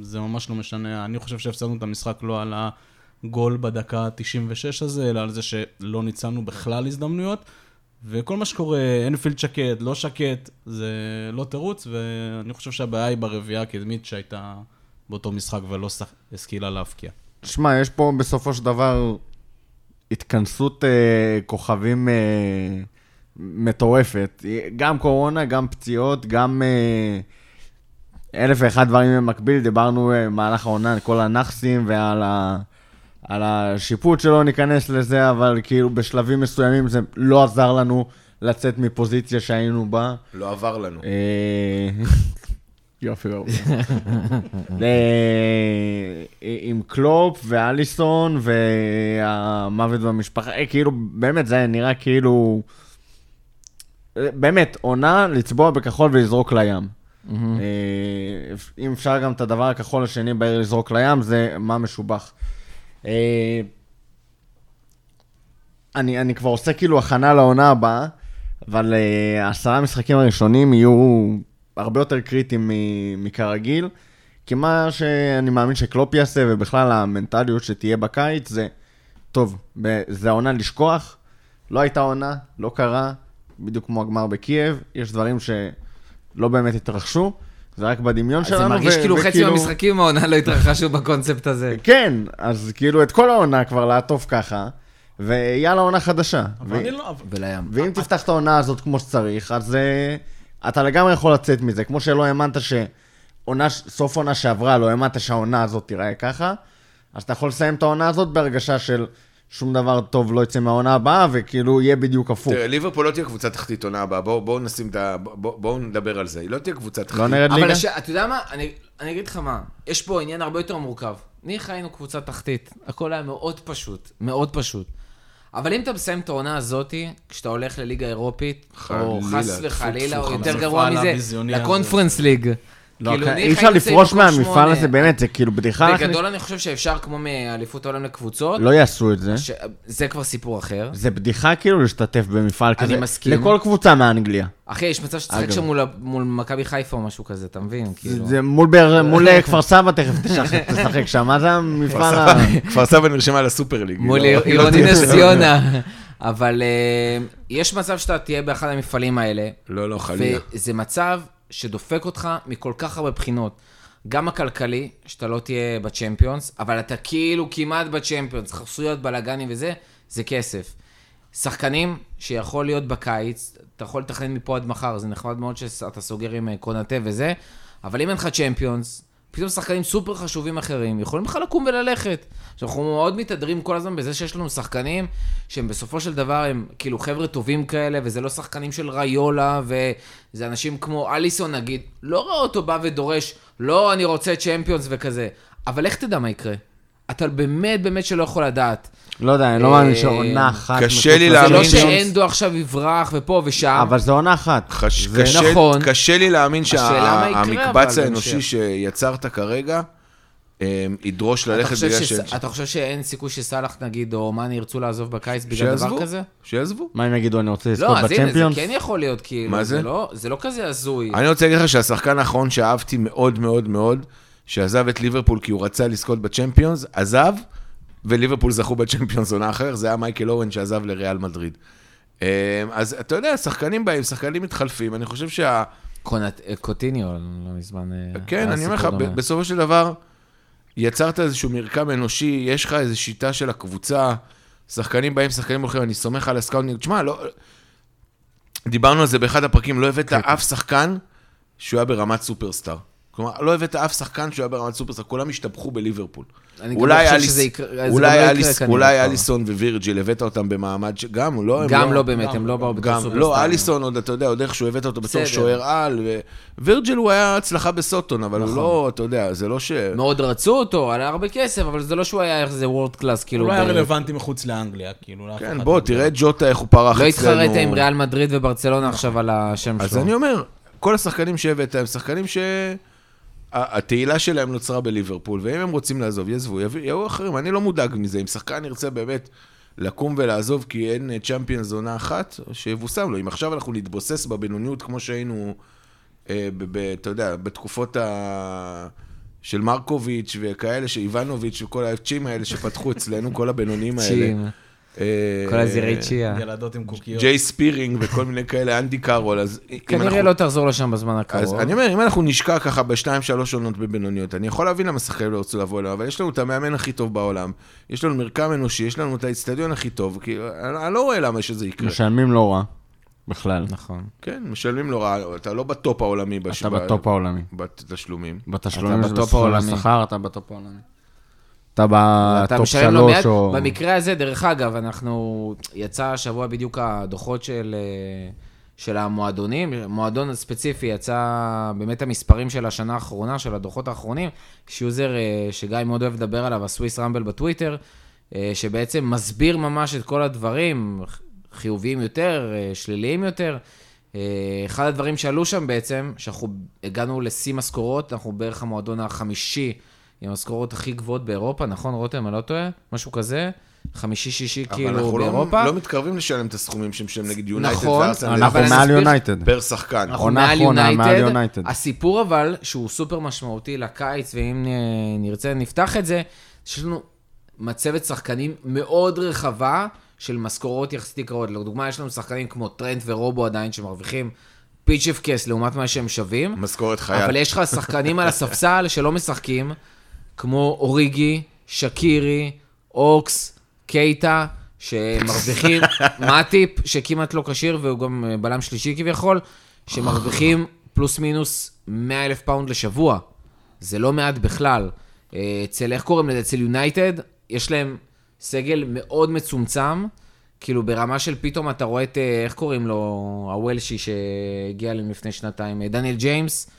[SPEAKER 4] וזה ממש לא משנה. אני חושב שהפסדנו את המשחק לא על הגול בדקה ה-96 הזה, אלא על זה שלא ניצלנו בכלל הזדמנויות, וכל מה שקורה, אנפילד שקט, לא שקט, זה לא תירוץ, ואני חושב שהבעיה היא ברביעייה הקדמית שהייתה באותו משחק ולא שח- השכילה להבקיע.
[SPEAKER 2] תשמע, יש פה בסופו של דבר התכנסות אה, כוכבים אה, מטורפת. אה, גם קורונה, גם פציעות, גם אה, אלף ואחד דברים במקביל. דיברנו אה, במהלך העונה על כל הנכסים ועל ה, על השיפוט שלו, ניכנס לזה, אבל כאילו בשלבים מסוימים זה לא עזר לנו לצאת מפוזיציה שהיינו בה.
[SPEAKER 3] לא עבר לנו.
[SPEAKER 2] אה, יופי, יופי. אה, עם קלופ ואליסון והמוות במשפחה, אה, כאילו, באמת, זה היה נראה כאילו... אה, באמת, עונה לצבוע בכחול ולזרוק לים. אה, אם אפשר גם את הדבר הכחול השני בעיר לזרוק לים, זה מה משובח. אה, אני, אני כבר עושה כאילו הכנה לעונה הבאה, אבל uh, עשרה המשחקים הראשונים יהיו הרבה יותר קריטיים מ- מכרגיל, כי מה שאני מאמין שקלופ יעשה, ובכלל המנטליות שתהיה בקיץ, זה, טוב, ב- זה העונה לשכוח, לא הייתה עונה, לא קרה, בדיוק כמו הגמר בקייב, יש דברים שלא באמת התרחשו, זה רק בדמיון
[SPEAKER 1] אז
[SPEAKER 2] שלנו.
[SPEAKER 1] זה מרגיש
[SPEAKER 2] ו-
[SPEAKER 1] כאילו חצי
[SPEAKER 2] וכאילו-
[SPEAKER 1] מהמשחקים העונה לא התרחשו בקונספט הזה.
[SPEAKER 2] כן, אז כאילו את כל העונה כבר לעטוף ככה, ויאללה עונה חדשה.
[SPEAKER 4] אבל
[SPEAKER 2] ו-
[SPEAKER 4] אני לא... אבל-
[SPEAKER 3] כאילו,
[SPEAKER 1] ולים.
[SPEAKER 2] ואם תפתח את העונה הזאת כמו שצריך, אז uh, אתה לגמרי יכול לצאת מזה. כמו שלא האמנת שסוף עונה שעברה, לא האמנת שהעונה הזאת תיראה ככה, אז אתה יכול לסיים את העונה הזאת בהרגשה של שום דבר טוב לא יצא מהעונה הבאה, וכאילו יהיה בדיוק הפוך.
[SPEAKER 3] תראה, ליברפול לא תהיה קבוצה תחתית עונה הבאה, בואו בואו נשים את ה... בואו בואו נדבר על זה. היא לא תהיה קבוצה תחתית.
[SPEAKER 2] לא נרד ליגה?
[SPEAKER 1] אבל הש... אתה יודע מה? אני, אני אגיד לך מה, יש פה עניין הרבה יותר מורכב. ניחא היינו קבוצה תחתית, הכל היה מאוד פשוט, מאוד פשוט. אבל אם אתה מסיים את העונה הזאתי, כשאתה הולך לליגה אירופית, או
[SPEAKER 3] חלילה,
[SPEAKER 1] חס
[SPEAKER 3] טפו,
[SPEAKER 1] וחלילה,
[SPEAKER 3] טפו,
[SPEAKER 1] או יותר
[SPEAKER 4] המפעל
[SPEAKER 1] גרוע מזה,
[SPEAKER 4] הביזיוני הזה.
[SPEAKER 1] לקונפרנס ליג.
[SPEAKER 2] לא,
[SPEAKER 1] כאילו,
[SPEAKER 2] כן,
[SPEAKER 1] ניחא
[SPEAKER 2] אי אפשר
[SPEAKER 1] היינו נמצאים
[SPEAKER 2] לפרוש
[SPEAKER 1] במקום
[SPEAKER 2] מהמפעל
[SPEAKER 1] שמונה.
[SPEAKER 2] הזה, באמת, זה כאילו בדיחה. להכניס-
[SPEAKER 1] בגדול אני חושב שאפשר כמו מאליפות העולם לקבוצות,
[SPEAKER 2] לא יעשו את זה.
[SPEAKER 1] ש... זה כבר סיפור אחר.
[SPEAKER 2] זה בדיחה כאילו להשתתף במפעל
[SPEAKER 1] אני
[SPEAKER 2] כזה.
[SPEAKER 1] מסכים.
[SPEAKER 2] לכל קבוצה מאנגליה.
[SPEAKER 1] אחי, יש מצב שתשחק
[SPEAKER 2] אגב.
[SPEAKER 1] שם מול, ה- מול מכבי חיפה או משהו כזה, אתה מבין?
[SPEAKER 2] זה-
[SPEAKER 1] כאילו.
[SPEAKER 2] זה מול באר- מול אה, כפר סבא תכף תשחק- תשחק שם, מה זה המפעל ה...
[SPEAKER 3] כפר סבא נרשמה לסופר ליג.
[SPEAKER 1] מול
[SPEAKER 3] היא לא- היא לא
[SPEAKER 1] עירוני
[SPEAKER 3] תהיה-
[SPEAKER 1] נס ציונה. אבל אה, יש מצב שאתה תהיה באחד המפעלים האלה,
[SPEAKER 3] לא, לא, חלילה.
[SPEAKER 1] וזה מצב שדופק אותך מכל כך הרבה בחינות. גם הכלכלי, שאתה לא תהיה בצ'מפיונס, אבל אתה כאילו כמעט בצ'מפיונס, חסויות, בלאגנים וזה, זה כסף. שחקנים שיכול להיות בקיץ, אתה יכול לתכנן מפה עד מחר, זה נחמד מאוד שאתה סוגר עם אה, קונאטה וזה, אבל אם אין לך צ'מפיונס, פתאום שחקנים סופר חשובים אחרים יכולים לך לקום וללכת. עכשיו, אנחנו מאוד מתהדרים כל הזמן בזה שיש לנו שחקנים שהם בסופו של דבר הם כאילו חבר'ה טובים כאלה, וזה לא שחקנים של ראיולה, וזה אנשים כמו אליסון נגיד, לא רואה אותו בא ודורש, לא, אני רוצה צ'מפיונס וכזה. אבל איך תדע מה יקרה? אתה באמת באמת שלא יכול לדעת.
[SPEAKER 2] לא יודע, אני לא
[SPEAKER 1] אה,
[SPEAKER 2] מאמין שעונה אחת...
[SPEAKER 3] קשה
[SPEAKER 2] מחוץ
[SPEAKER 3] לי
[SPEAKER 2] לזה.
[SPEAKER 1] זה לא
[SPEAKER 3] להאמין
[SPEAKER 1] שאנדו עכשיו יברח ופה ושם.
[SPEAKER 2] אבל זה עונה אחת.
[SPEAKER 3] חש...
[SPEAKER 2] זה-
[SPEAKER 3] קשה,
[SPEAKER 1] נכון.
[SPEAKER 3] קשה לי להאמין
[SPEAKER 1] השאלה מה יקרה,
[SPEAKER 3] שהמקבץ
[SPEAKER 1] אבל
[SPEAKER 3] האנושי
[SPEAKER 1] בהמשך.
[SPEAKER 3] שיצרת כרגע אה, ידרוש
[SPEAKER 1] אתה
[SPEAKER 3] ללכת
[SPEAKER 1] חושב,
[SPEAKER 3] בגלל
[SPEAKER 1] שס... אתה חושב שאין סיכוי שסאלח נגיד, או מאני ירצו לעזוב בקיץ בגלל דבר כזה?
[SPEAKER 3] שיעזבו.
[SPEAKER 2] מה הם יגידו, אני רוצה לזכות
[SPEAKER 1] לא, אז הנה, זה
[SPEAKER 2] בצ'מפיונס?
[SPEAKER 1] כן יכול להיות, כאילו.
[SPEAKER 3] מה זה?
[SPEAKER 1] לא, זה לא כזה הזוי.
[SPEAKER 3] אני רוצה להגיד לך שהשחקן האחרון שאהבתי מאוד מאוד מאוד, שעזב את ליברפול כי הוא רצה לזכות בצ'מפיונס, עזב, וליברפול זכו בצ'מפיונס עונה אחרת, זה היה מייקל אורן שעזב לריאל מדריד. אה, אז אתה יודע, שחקנים באים, שחקנים מתחלפים, אני חושב שה...
[SPEAKER 1] קונת- אה, קוטיניו, לא מזמן... אה,
[SPEAKER 3] כן,
[SPEAKER 1] היה
[SPEAKER 3] אני אומר לך,
[SPEAKER 1] סיפור
[SPEAKER 3] ב-
[SPEAKER 1] דומה.
[SPEAKER 3] בסופו של דבר, יצרת איזשהו מרקם אנושי, יש לך איזו שיטה של הקבוצה, שחקנים באים, שחקנים הולכים, אני סומך על הסקאוטינג. תשמע, לא... דיברנו על זה באחד הפרקים, לא
[SPEAKER 1] כן.
[SPEAKER 3] הבאת אף שחקן שהוא היה ברמת סופרסטאר. כלומר, לא הבאת אף שחקן שהוא היה ברמת סופרסטאר, כולם השתבחו בליברפול.
[SPEAKER 1] אני גם לא
[SPEAKER 3] אולי
[SPEAKER 1] חושב
[SPEAKER 3] אליס-
[SPEAKER 1] שזה יקרה- זה גם לא
[SPEAKER 3] אולי
[SPEAKER 1] יקרה
[SPEAKER 3] אליס-
[SPEAKER 1] כנראה
[SPEAKER 3] אולי
[SPEAKER 1] כבר.
[SPEAKER 3] אליסון ווירג'יל, הבאת אותם במעמד ש... גם, לא, הם
[SPEAKER 1] גם לא באמת, הם לא באו בתור
[SPEAKER 3] גם, לא,
[SPEAKER 1] סופרסטארים.
[SPEAKER 3] אליסון עוד, אתה יודע, עוד איכשהו הבאת אותו בתור
[SPEAKER 1] בסדר.
[SPEAKER 3] שוער על, ו- וירג'יל הוא היה הצלחה בסוטון, אבל הוא לא, אתה יודע, זה לא ש...
[SPEAKER 1] מאוד רצו אותו, עלה הרבה כסף, אבל זה לא שהוא היה איזה וורד קלאס, כאילו...
[SPEAKER 4] הוא לא היה
[SPEAKER 1] ב-
[SPEAKER 4] רלוונטי מחוץ לאנגליה, כאילו, לאף
[SPEAKER 3] כן,
[SPEAKER 4] אחד
[SPEAKER 3] בוא,
[SPEAKER 4] לא-
[SPEAKER 3] תראה את ג'וטה, איך הוא פרח
[SPEAKER 1] לא
[SPEAKER 3] אצלנו.
[SPEAKER 1] התחרית עם ריאל מדריד וברצלונה עכשיו על השם שלו.
[SPEAKER 3] אז אני אומר, כל השחקנים שהבאת הם שחקנים ש... ה- התהילה שלהם נוצרה בליברפול, ואם הם רוצים לעזוב, יעזבו, יביא- יבואו אחרים. אני לא מודאג מזה. אם שחקן ירצה באמת לקום ולעזוב כי אין אה, צ'מפיונס עונה אחת, שיבושם לו. אם עכשיו אנחנו נתבוסס בבינוניות כמו שהיינו, אה, ב- ב- אתה יודע, בתקופות ה... של מרקוביץ' וכאלה, שאיוונוביץ' וכל האפצ'ים האלה שפתחו אצלנו, כל הבינוניים האלה.
[SPEAKER 1] צ'ים.
[SPEAKER 3] אה,
[SPEAKER 1] כל הזירי צ'יה.
[SPEAKER 4] ילדות עם קוקיות.
[SPEAKER 3] ג'יי ספירינג וכל מיני כאלה, אנדי קארול, אז... אם
[SPEAKER 1] כנראה
[SPEAKER 3] אנחנו-
[SPEAKER 1] לא תחזור לשם בזמן
[SPEAKER 3] אז
[SPEAKER 1] הקרוב.
[SPEAKER 3] אני אומר, אם אנחנו נשקע ככה בשתיים, שלוש עונות בבינוניות, אני יכול להבין למה שחקנים לא ירצו לבוא אלינו, אבל יש לנו את המאמן הכי טוב בעולם, יש לנו מרקם אנושי, יש לנו את האיצטדיון הכי טוב, כי אני אני לא רואה למה שזה יקרה.
[SPEAKER 2] משלמים לא רע, בכלל.
[SPEAKER 1] נכון.
[SPEAKER 3] כן, משלמים לא רע, אתה לא בטופ העולמי. בש-
[SPEAKER 2] אתה בטופ העולמי.
[SPEAKER 3] בתשלומים.
[SPEAKER 2] בתשלומים,
[SPEAKER 1] אתה בטופ
[SPEAKER 2] בסכום
[SPEAKER 1] העולמי.
[SPEAKER 2] השכר, אתה בטופ העולמי. אתה
[SPEAKER 1] אתה
[SPEAKER 2] בטופ
[SPEAKER 1] משלם לו
[SPEAKER 2] שלוש
[SPEAKER 1] מעט.
[SPEAKER 2] או...
[SPEAKER 1] במקרה הזה, דרך אגב, אנחנו... יצא השבוע בדיוק הדוחות של, אה, של המועדונים. מועדון ספציפי יצא באמת המספרים של השנה האחרונה, של הדוחות האחרונים. יש יוזר אה, שגיא מאוד אוהב לדבר עליו, הסוויס רמבל בטוויטר, אה, שבעצם מסביר ממש את כל הדברים, חיוביים יותר, אה, שליליים יותר. אה, אחד הדברים שעלו שם בעצם, שאנחנו הגענו לשיא משכורות, אנחנו בערך המועדון החמישי עם המשכורות הכי גבוהות באירופה, נכון, רותם, אני לא טועה? משהו כזה? חמישי-שישי
[SPEAKER 3] אבל
[SPEAKER 1] כאילו
[SPEAKER 3] אנחנו לא-
[SPEAKER 1] באירופה.
[SPEAKER 3] לא מתקרבים לשלם את הסכומים שמשלם נגיד יונייטד
[SPEAKER 1] נכון,
[SPEAKER 3] וארסנל
[SPEAKER 2] אנחנו
[SPEAKER 1] אבל אני
[SPEAKER 2] מעל
[SPEAKER 1] אסביר-
[SPEAKER 2] יונייטד.
[SPEAKER 3] פר שחקן.
[SPEAKER 1] אנחנו
[SPEAKER 2] עונה
[SPEAKER 1] מעל
[SPEAKER 2] אחרונה, מעל
[SPEAKER 1] יונייטד.
[SPEAKER 2] יונייטד.
[SPEAKER 1] הסיפור אבל, שהוא סופר משמעותי לקיץ, ואם אה, נרצה נפתח את זה, יש לנו מצבת שחקנים מאוד רחבה של משכורות יחסית יקרות. לדוגמה, יש לנו שחקנים כמו טרנט ורובו עדיין, שמרוויחים פיצ'ף קס לעומת מה שהם שווים.
[SPEAKER 3] משכורת
[SPEAKER 1] אבל
[SPEAKER 3] חייל.
[SPEAKER 1] יש לך שחקנים על הספסל שלא משחקים, כמו אוריגי, שקירי, אוקס, קייטה, שמרוויחים, מאטיפ, שכמעט לא כשיר והוא גם אה, בלם שלישי כביכול, שמרוויחים פלוס מינוס 100 אלף פאונד לשבוע. זה לא מעט בכלל. אה, אצל, איך קוראים לזה? אצל יונייטד, יש להם סגל מאוד מצומצם, כאילו ברמה של פתאום אתה רואה את, אה, איך קוראים לו, הוולשי שהגיע אליהם לפני שנתיים, אה, דניאל ג'יימס,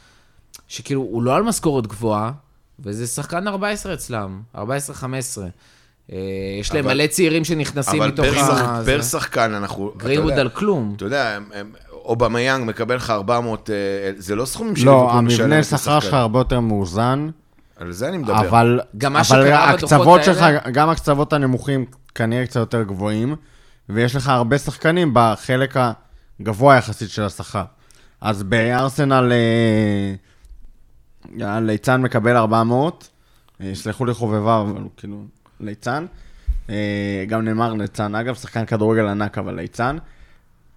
[SPEAKER 1] שכאילו, הוא לא על משכורת גבוהה, וזה שחקן 14 אצלם, 14-15. אה, יש להם
[SPEAKER 3] אבל-
[SPEAKER 1] מלא צעירים שנכנסים
[SPEAKER 3] אבל
[SPEAKER 1] מתוך
[SPEAKER 3] פר שחק-
[SPEAKER 1] ה...
[SPEAKER 3] פר
[SPEAKER 1] זה.
[SPEAKER 3] שחקן אנחנו... אתה
[SPEAKER 1] גרינווד
[SPEAKER 3] יודע, כן,
[SPEAKER 1] על כלום.
[SPEAKER 3] אתה יודע, אובמיאנג מקבל לך 400, אה, זה לא סכומים
[SPEAKER 2] לא,
[SPEAKER 3] ליברפול משלמת
[SPEAKER 2] המבנה שכר
[SPEAKER 3] לשחקן.
[SPEAKER 2] שלך הרבה יותר מאוזן,
[SPEAKER 3] על זה אני מדבר.
[SPEAKER 2] אבל
[SPEAKER 1] גם מה
[SPEAKER 2] אבל
[SPEAKER 1] שקרה בדוחות
[SPEAKER 2] הקצוות שלך,
[SPEAKER 1] האלה-
[SPEAKER 2] גם הקצוות הנמוכים כנראה קצת יותר גבוהים, ויש לך הרבה שחקנים בחלק הגבוה יחסית של השכר. אז בארסנל אה, הליצן מקבל 400, אה, יסלחו לי חובביו, אבל הוא כאילו ליצן. אה, גם נאמר ליצן, אגב, שחקן כדורגל ענק, אבל ליצן.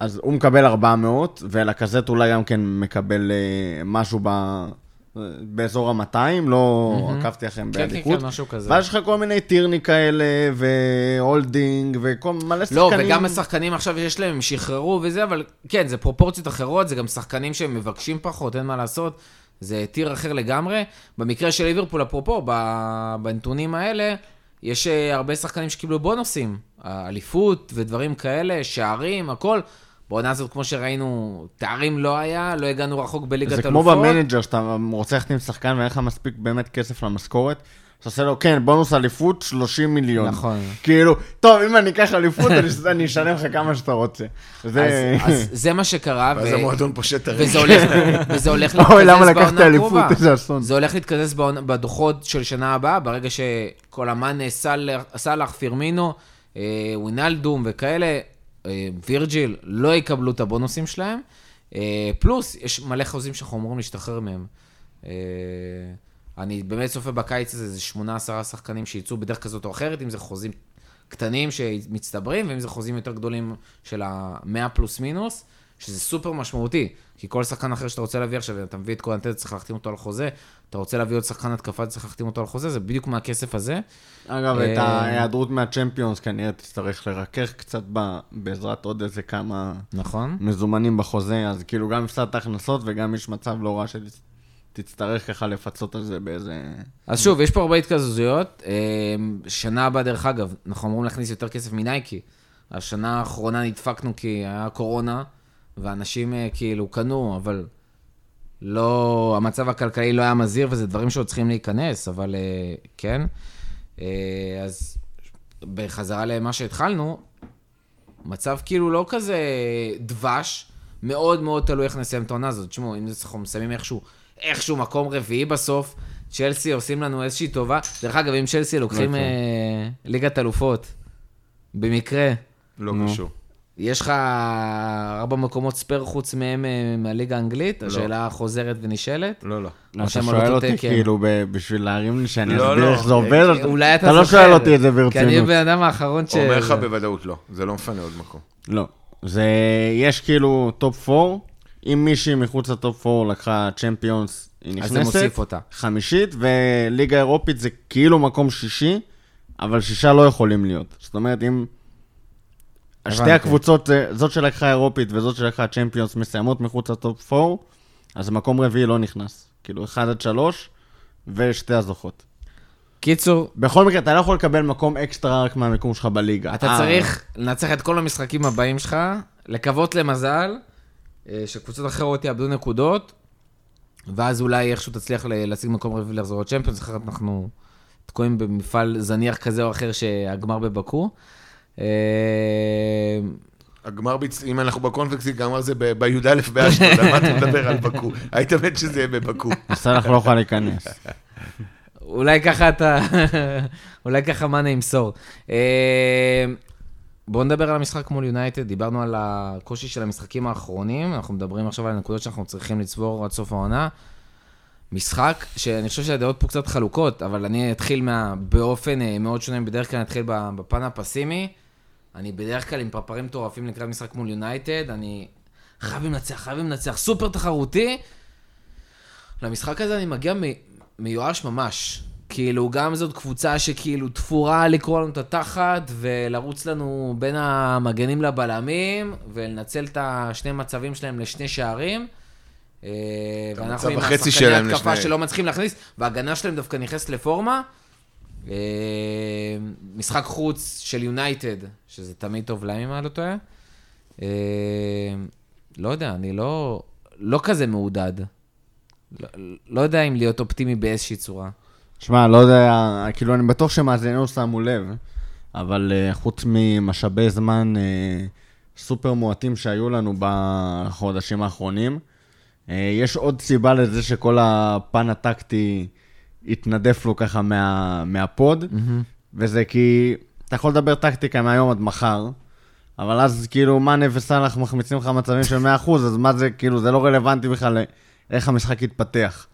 [SPEAKER 2] אז הוא מקבל 400, ולקזט אולי גם כן מקבל אה, משהו ב... אה, באזור ה-200, לא עקבתי אחריהם
[SPEAKER 1] כן,
[SPEAKER 2] באדיקות.
[SPEAKER 1] כן, כן, משהו כזה.
[SPEAKER 2] ואז יש לך כל מיני טירני כאלה, והולדינג, וכל מלא שחקנים.
[SPEAKER 1] לא, וגם השחקנים עכשיו יש להם, הם שחררו וזה, אבל כן, זה פרופורציות אחרות, זה גם שחקנים שהם מבקשים פחות, אין מה לעשות. זה טיר אחר לגמרי. במקרה של ליברפול, אפרופו, ב- בנתונים האלה, יש אה, הרבה שחקנים שקיבלו בונוסים. אליפות ודברים כאלה, שערים, הכל. בעונה הזאת, כמו שראינו, תארים לא היה, לא הגענו רחוק בליגת
[SPEAKER 2] זה
[SPEAKER 1] אלופות.
[SPEAKER 2] כמו במנג'ר, שאתה רוצה להחתים שחקן ואין לך מספיק באמת כסף למשכורת. אז עושה לו, כן, בונוס אליפות, 30 מיליון.
[SPEAKER 1] נכון.
[SPEAKER 2] כאילו, טוב, אם אני אקח אליפות, אני- אני אשלם לך כמה שאתה רוצה. זה...
[SPEAKER 1] אז, אז זה מה שקרה,
[SPEAKER 3] ואז המועדון פושט את הרגל.
[SPEAKER 1] וזה הולך, וזה הולך להתקזז
[SPEAKER 2] אוי, למה
[SPEAKER 1] בעונה
[SPEAKER 2] לקחת אליפות?
[SPEAKER 1] הקרובה.
[SPEAKER 2] איזה אסון.
[SPEAKER 1] זה הולך להתקזז בעונה- בדוחות של שנה הבאה, ברגע שכל המאנה, סאלח, סאלח, פירמינו, אה, ווינלדום וכאלה, אה, וירג'יל, לא יקבלו את הבונוסים שלהם. אה, פלוס, יש מלא חוזים שאנחנו אמורים להשתחרר מהם. אה, אני באמת צופה בקיץ הזה, זה שמונה, עשרה שחקנים שיצאו בדרך כזאת או אחרת, אם זה חוזים קטנים שמצטברים, ואם זה חוזים יותר גדולים של ה-100 פלוס מינוס, שזה סופר משמעותי, כי כל שחקן אחר שאתה רוצה להביא עכשיו, אתה מביא את קורנטט, צריך להחתים אותו על חוזה, אתה רוצה להביא עוד שחקן התקפה, צריך להחתים אותו על חוזה, זה בדיוק מהכסף הזה.
[SPEAKER 2] אגב, את
[SPEAKER 1] אה,
[SPEAKER 2] ההיעדרות מהצ'מפיונס כנראה תצטרך לרכך קצת ב- בעזרת עוד איזה כמה
[SPEAKER 1] נכון.
[SPEAKER 2] מזומנים בחוזה, אז כאילו גם הפסדת הכנסות וגם יש מצב לא רע שתצטרך ככה לפצות על זה באיזה...
[SPEAKER 1] אז שוב, יש פה הרבה התקזזויות. אה, שנה הבאה, דרך אגב, אנחנו אמורים להכניס יותר כסף מנייקי. השנה האחרונה נדפקנו כי היה קורונה, ואנשים אה, כאילו קנו, אבל לא, המצב הכלכלי לא היה מזהיר, וזה דברים שעוד צריכים להיכנס, אבל אה, כן. אה, אז בחזרה למה שהתחלנו, מצב כאילו לא כזה דבש, מאוד מאוד תלוי איך נסיים את העונה הזאת. תשמעו, אם אנחנו מסיימים איכשהו, איכשהו מקום רביעי בסוף, צ'לסי עושים לנו איזושהי טובה. דרך אגב, אם צ'לסי לוקחים
[SPEAKER 2] לא
[SPEAKER 1] אה, ליגת אלופות, במקרה,
[SPEAKER 3] לא קשור.
[SPEAKER 1] יש לך ארבע מקומות ספייר חוץ מהם אה, מהליגה האנגלית? השאלה חוזרת ונשאלת?
[SPEAKER 3] לא, לא.
[SPEAKER 2] לא, אתה
[SPEAKER 1] אתם
[SPEAKER 2] שואל
[SPEAKER 1] אותו
[SPEAKER 2] אותי
[SPEAKER 1] תקן.
[SPEAKER 2] כאילו ב- בשביל להרים לי שאני
[SPEAKER 3] לא,
[SPEAKER 2] אסביר
[SPEAKER 3] לא.
[SPEAKER 2] איך זה עובד?
[SPEAKER 1] אה, כן, אולי אתה
[SPEAKER 2] אתה לא
[SPEAKER 1] זוכר.
[SPEAKER 2] שואל אותי את זה
[SPEAKER 1] כי אני
[SPEAKER 2] ברצינות.
[SPEAKER 1] הבן אדם האחרון ש...
[SPEAKER 3] אומר לך בוודאות לא, זה לא מפנה עוד מקום.
[SPEAKER 2] לא. זה, יש כאילו טופ 4, אם מישהי מחוץ לטופ 4 לקחה צ'מפיונס, היא
[SPEAKER 1] אז
[SPEAKER 2] נכנסת.
[SPEAKER 1] זה מוסיף אותה.
[SPEAKER 2] חמישית, וליגה אירופית זה כאילו מקום שישי, אבל שישה לא יכולים להיות. זאת אומרת, אם... שתי
[SPEAKER 1] הבנתי.
[SPEAKER 2] הקבוצות, אה, זאת שלקחה אירופית וזאת שלקחה צ'מפיונס, מסיימות מחוץ לטופ 4, אז מקום רביעי לא נכנס. כאילו, 1 עד 3 ושתי הזוכות.
[SPEAKER 1] קיצור,
[SPEAKER 2] בכל מקרה, אתה לא יכול לקבל מקום אקסטרה רק מהמיקום שלך בליגה.
[SPEAKER 1] אתה
[SPEAKER 2] אה,
[SPEAKER 1] צריך לנצח את כל המשחקים הבאים שלך, לקוות למזל, אה, שקבוצות אחרות יאבדו נקודות, ואז אולי איכשהו תצליח ל- להשיג מקום רביעי ולחזור לצ'מפיונס, אחרת אנחנו תקועים במפעל זניח כזה או אחר שהגמר בבקו. אה,
[SPEAKER 3] הגמר, ביצ... אם אנחנו בקונפלקס, הגמר זה ב- בי"א באשדוד, על מה אתה מדבר על בקו? היית מת שזה יהיה בבקו.
[SPEAKER 2] סלח לא יכול להיכנס.
[SPEAKER 1] אולי ככה אתה... אולי ככה מאנה ימסור. אה, בואו נדבר על המשחק מול יונייטד, דיברנו על הקושי של המשחקים האחרונים, אנחנו מדברים עכשיו על הנקודות שאנחנו צריכים לצבור עד סוף העונה. משחק שאני חושב שהדעות פה קצת חלוקות, אבל אני אתחיל מה... באופן אה, מאוד שונה, בדרך כלל אני אתחיל ב- בפן הפסימי. אני בדרך כלל עם פרפרים מטורפים לקראת משחק מול יונייטד, אני חייב לנצח, חייב לנצח, סופר תחרותי. למשחק הזה אני מגיע מ... מיואש ממש. כאילו, גם זאת קבוצה שכאילו תפורה לקרוא לנו את התחת ולרוץ לנו בין המגנים לבלמים ולנצל את השני מצבים שלהם לשני שערים. אה,
[SPEAKER 3] המצב
[SPEAKER 1] ואנחנו עם
[SPEAKER 3] וחצי
[SPEAKER 1] השחקני
[SPEAKER 3] שלהם
[SPEAKER 1] התקפה
[SPEAKER 3] לשני.
[SPEAKER 1] שלא מצליחים להכניס, וההגנה שלהם דווקא נכנסת לפורמה. אה, משחק חוץ של יונייטד, שזה תמיד טוב להם, אם אני לא טועה. אה, לא יודע, אני לא, לא כזה מעודד. לא, לא יודע אם להיות אופטימי באיזושהי צורה.
[SPEAKER 2] שמע, לא יודע, כאילו, אני בטוח שמאזיננו שמו לב, אבל uh, חוץ ממשאבי זמן uh, סופר מועטים שהיו לנו בחודשים האחרונים, uh, יש עוד סיבה לזה שכל הפן הטקטי התנדף לו ככה מה, מהפוד, וזה כי אתה יכול לדבר טקטיקה מהיום עד מחר, אבל אז כאילו מאנה וסאלח מחמיצים לך מצבים של 100%, אז מה זה, כאילו, זה לא רלוונטי בכלל לאיך המשחק יתפתח.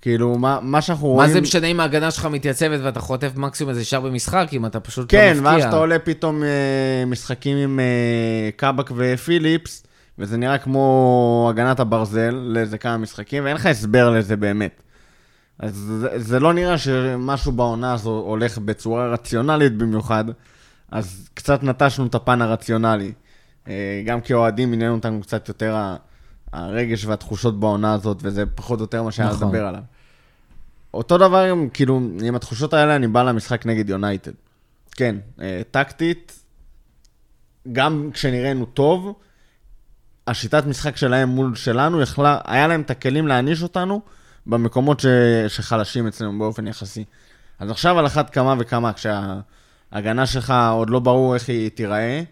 [SPEAKER 2] כאילו, מה, מה שאנחנו רואים...
[SPEAKER 1] מה זה משנה אם ההגנה שלך מתייצבת ואתה חוטף מקסימום איזה שער במשחק, אם אתה פשוט
[SPEAKER 2] כן,
[SPEAKER 1] לא מפקיע?
[SPEAKER 2] ואז אתה עולה פתאום אה, משחקים עם אה, קאבק ופיליפס, וזה נראה כמו הגנת הברזל לאיזה כמה משחקים, ואין לך הסבר לזה באמת. אז זה, זה לא נראה שמשהו בעונה הזו הולך בצורה רציונלית במיוחד, אז קצת נטשנו את הפן הרציונלי. אה, גם כאוהדים עניין אותנו קצת יותר ה- הרגש והתחושות בעונה הזאת, וזה פחות או יותר מה שהיה
[SPEAKER 1] נכון.
[SPEAKER 2] לדבר עליו. אותו דבר עם, כאילו, עם התחושות האלה, אני בא למשחק נגד יונייטד. כן, אה, טקטית, גם כשנראינו טוב, השיטת משחק שלהם מול שלנו, יכלה, היה להם את הכלים להעניש אותנו במקומות ש, שחלשים אצלנו באופן יחסי. אז עכשיו על אחת כמה וכמה, כשההגנה שלך עוד לא ברור איך היא תיראה,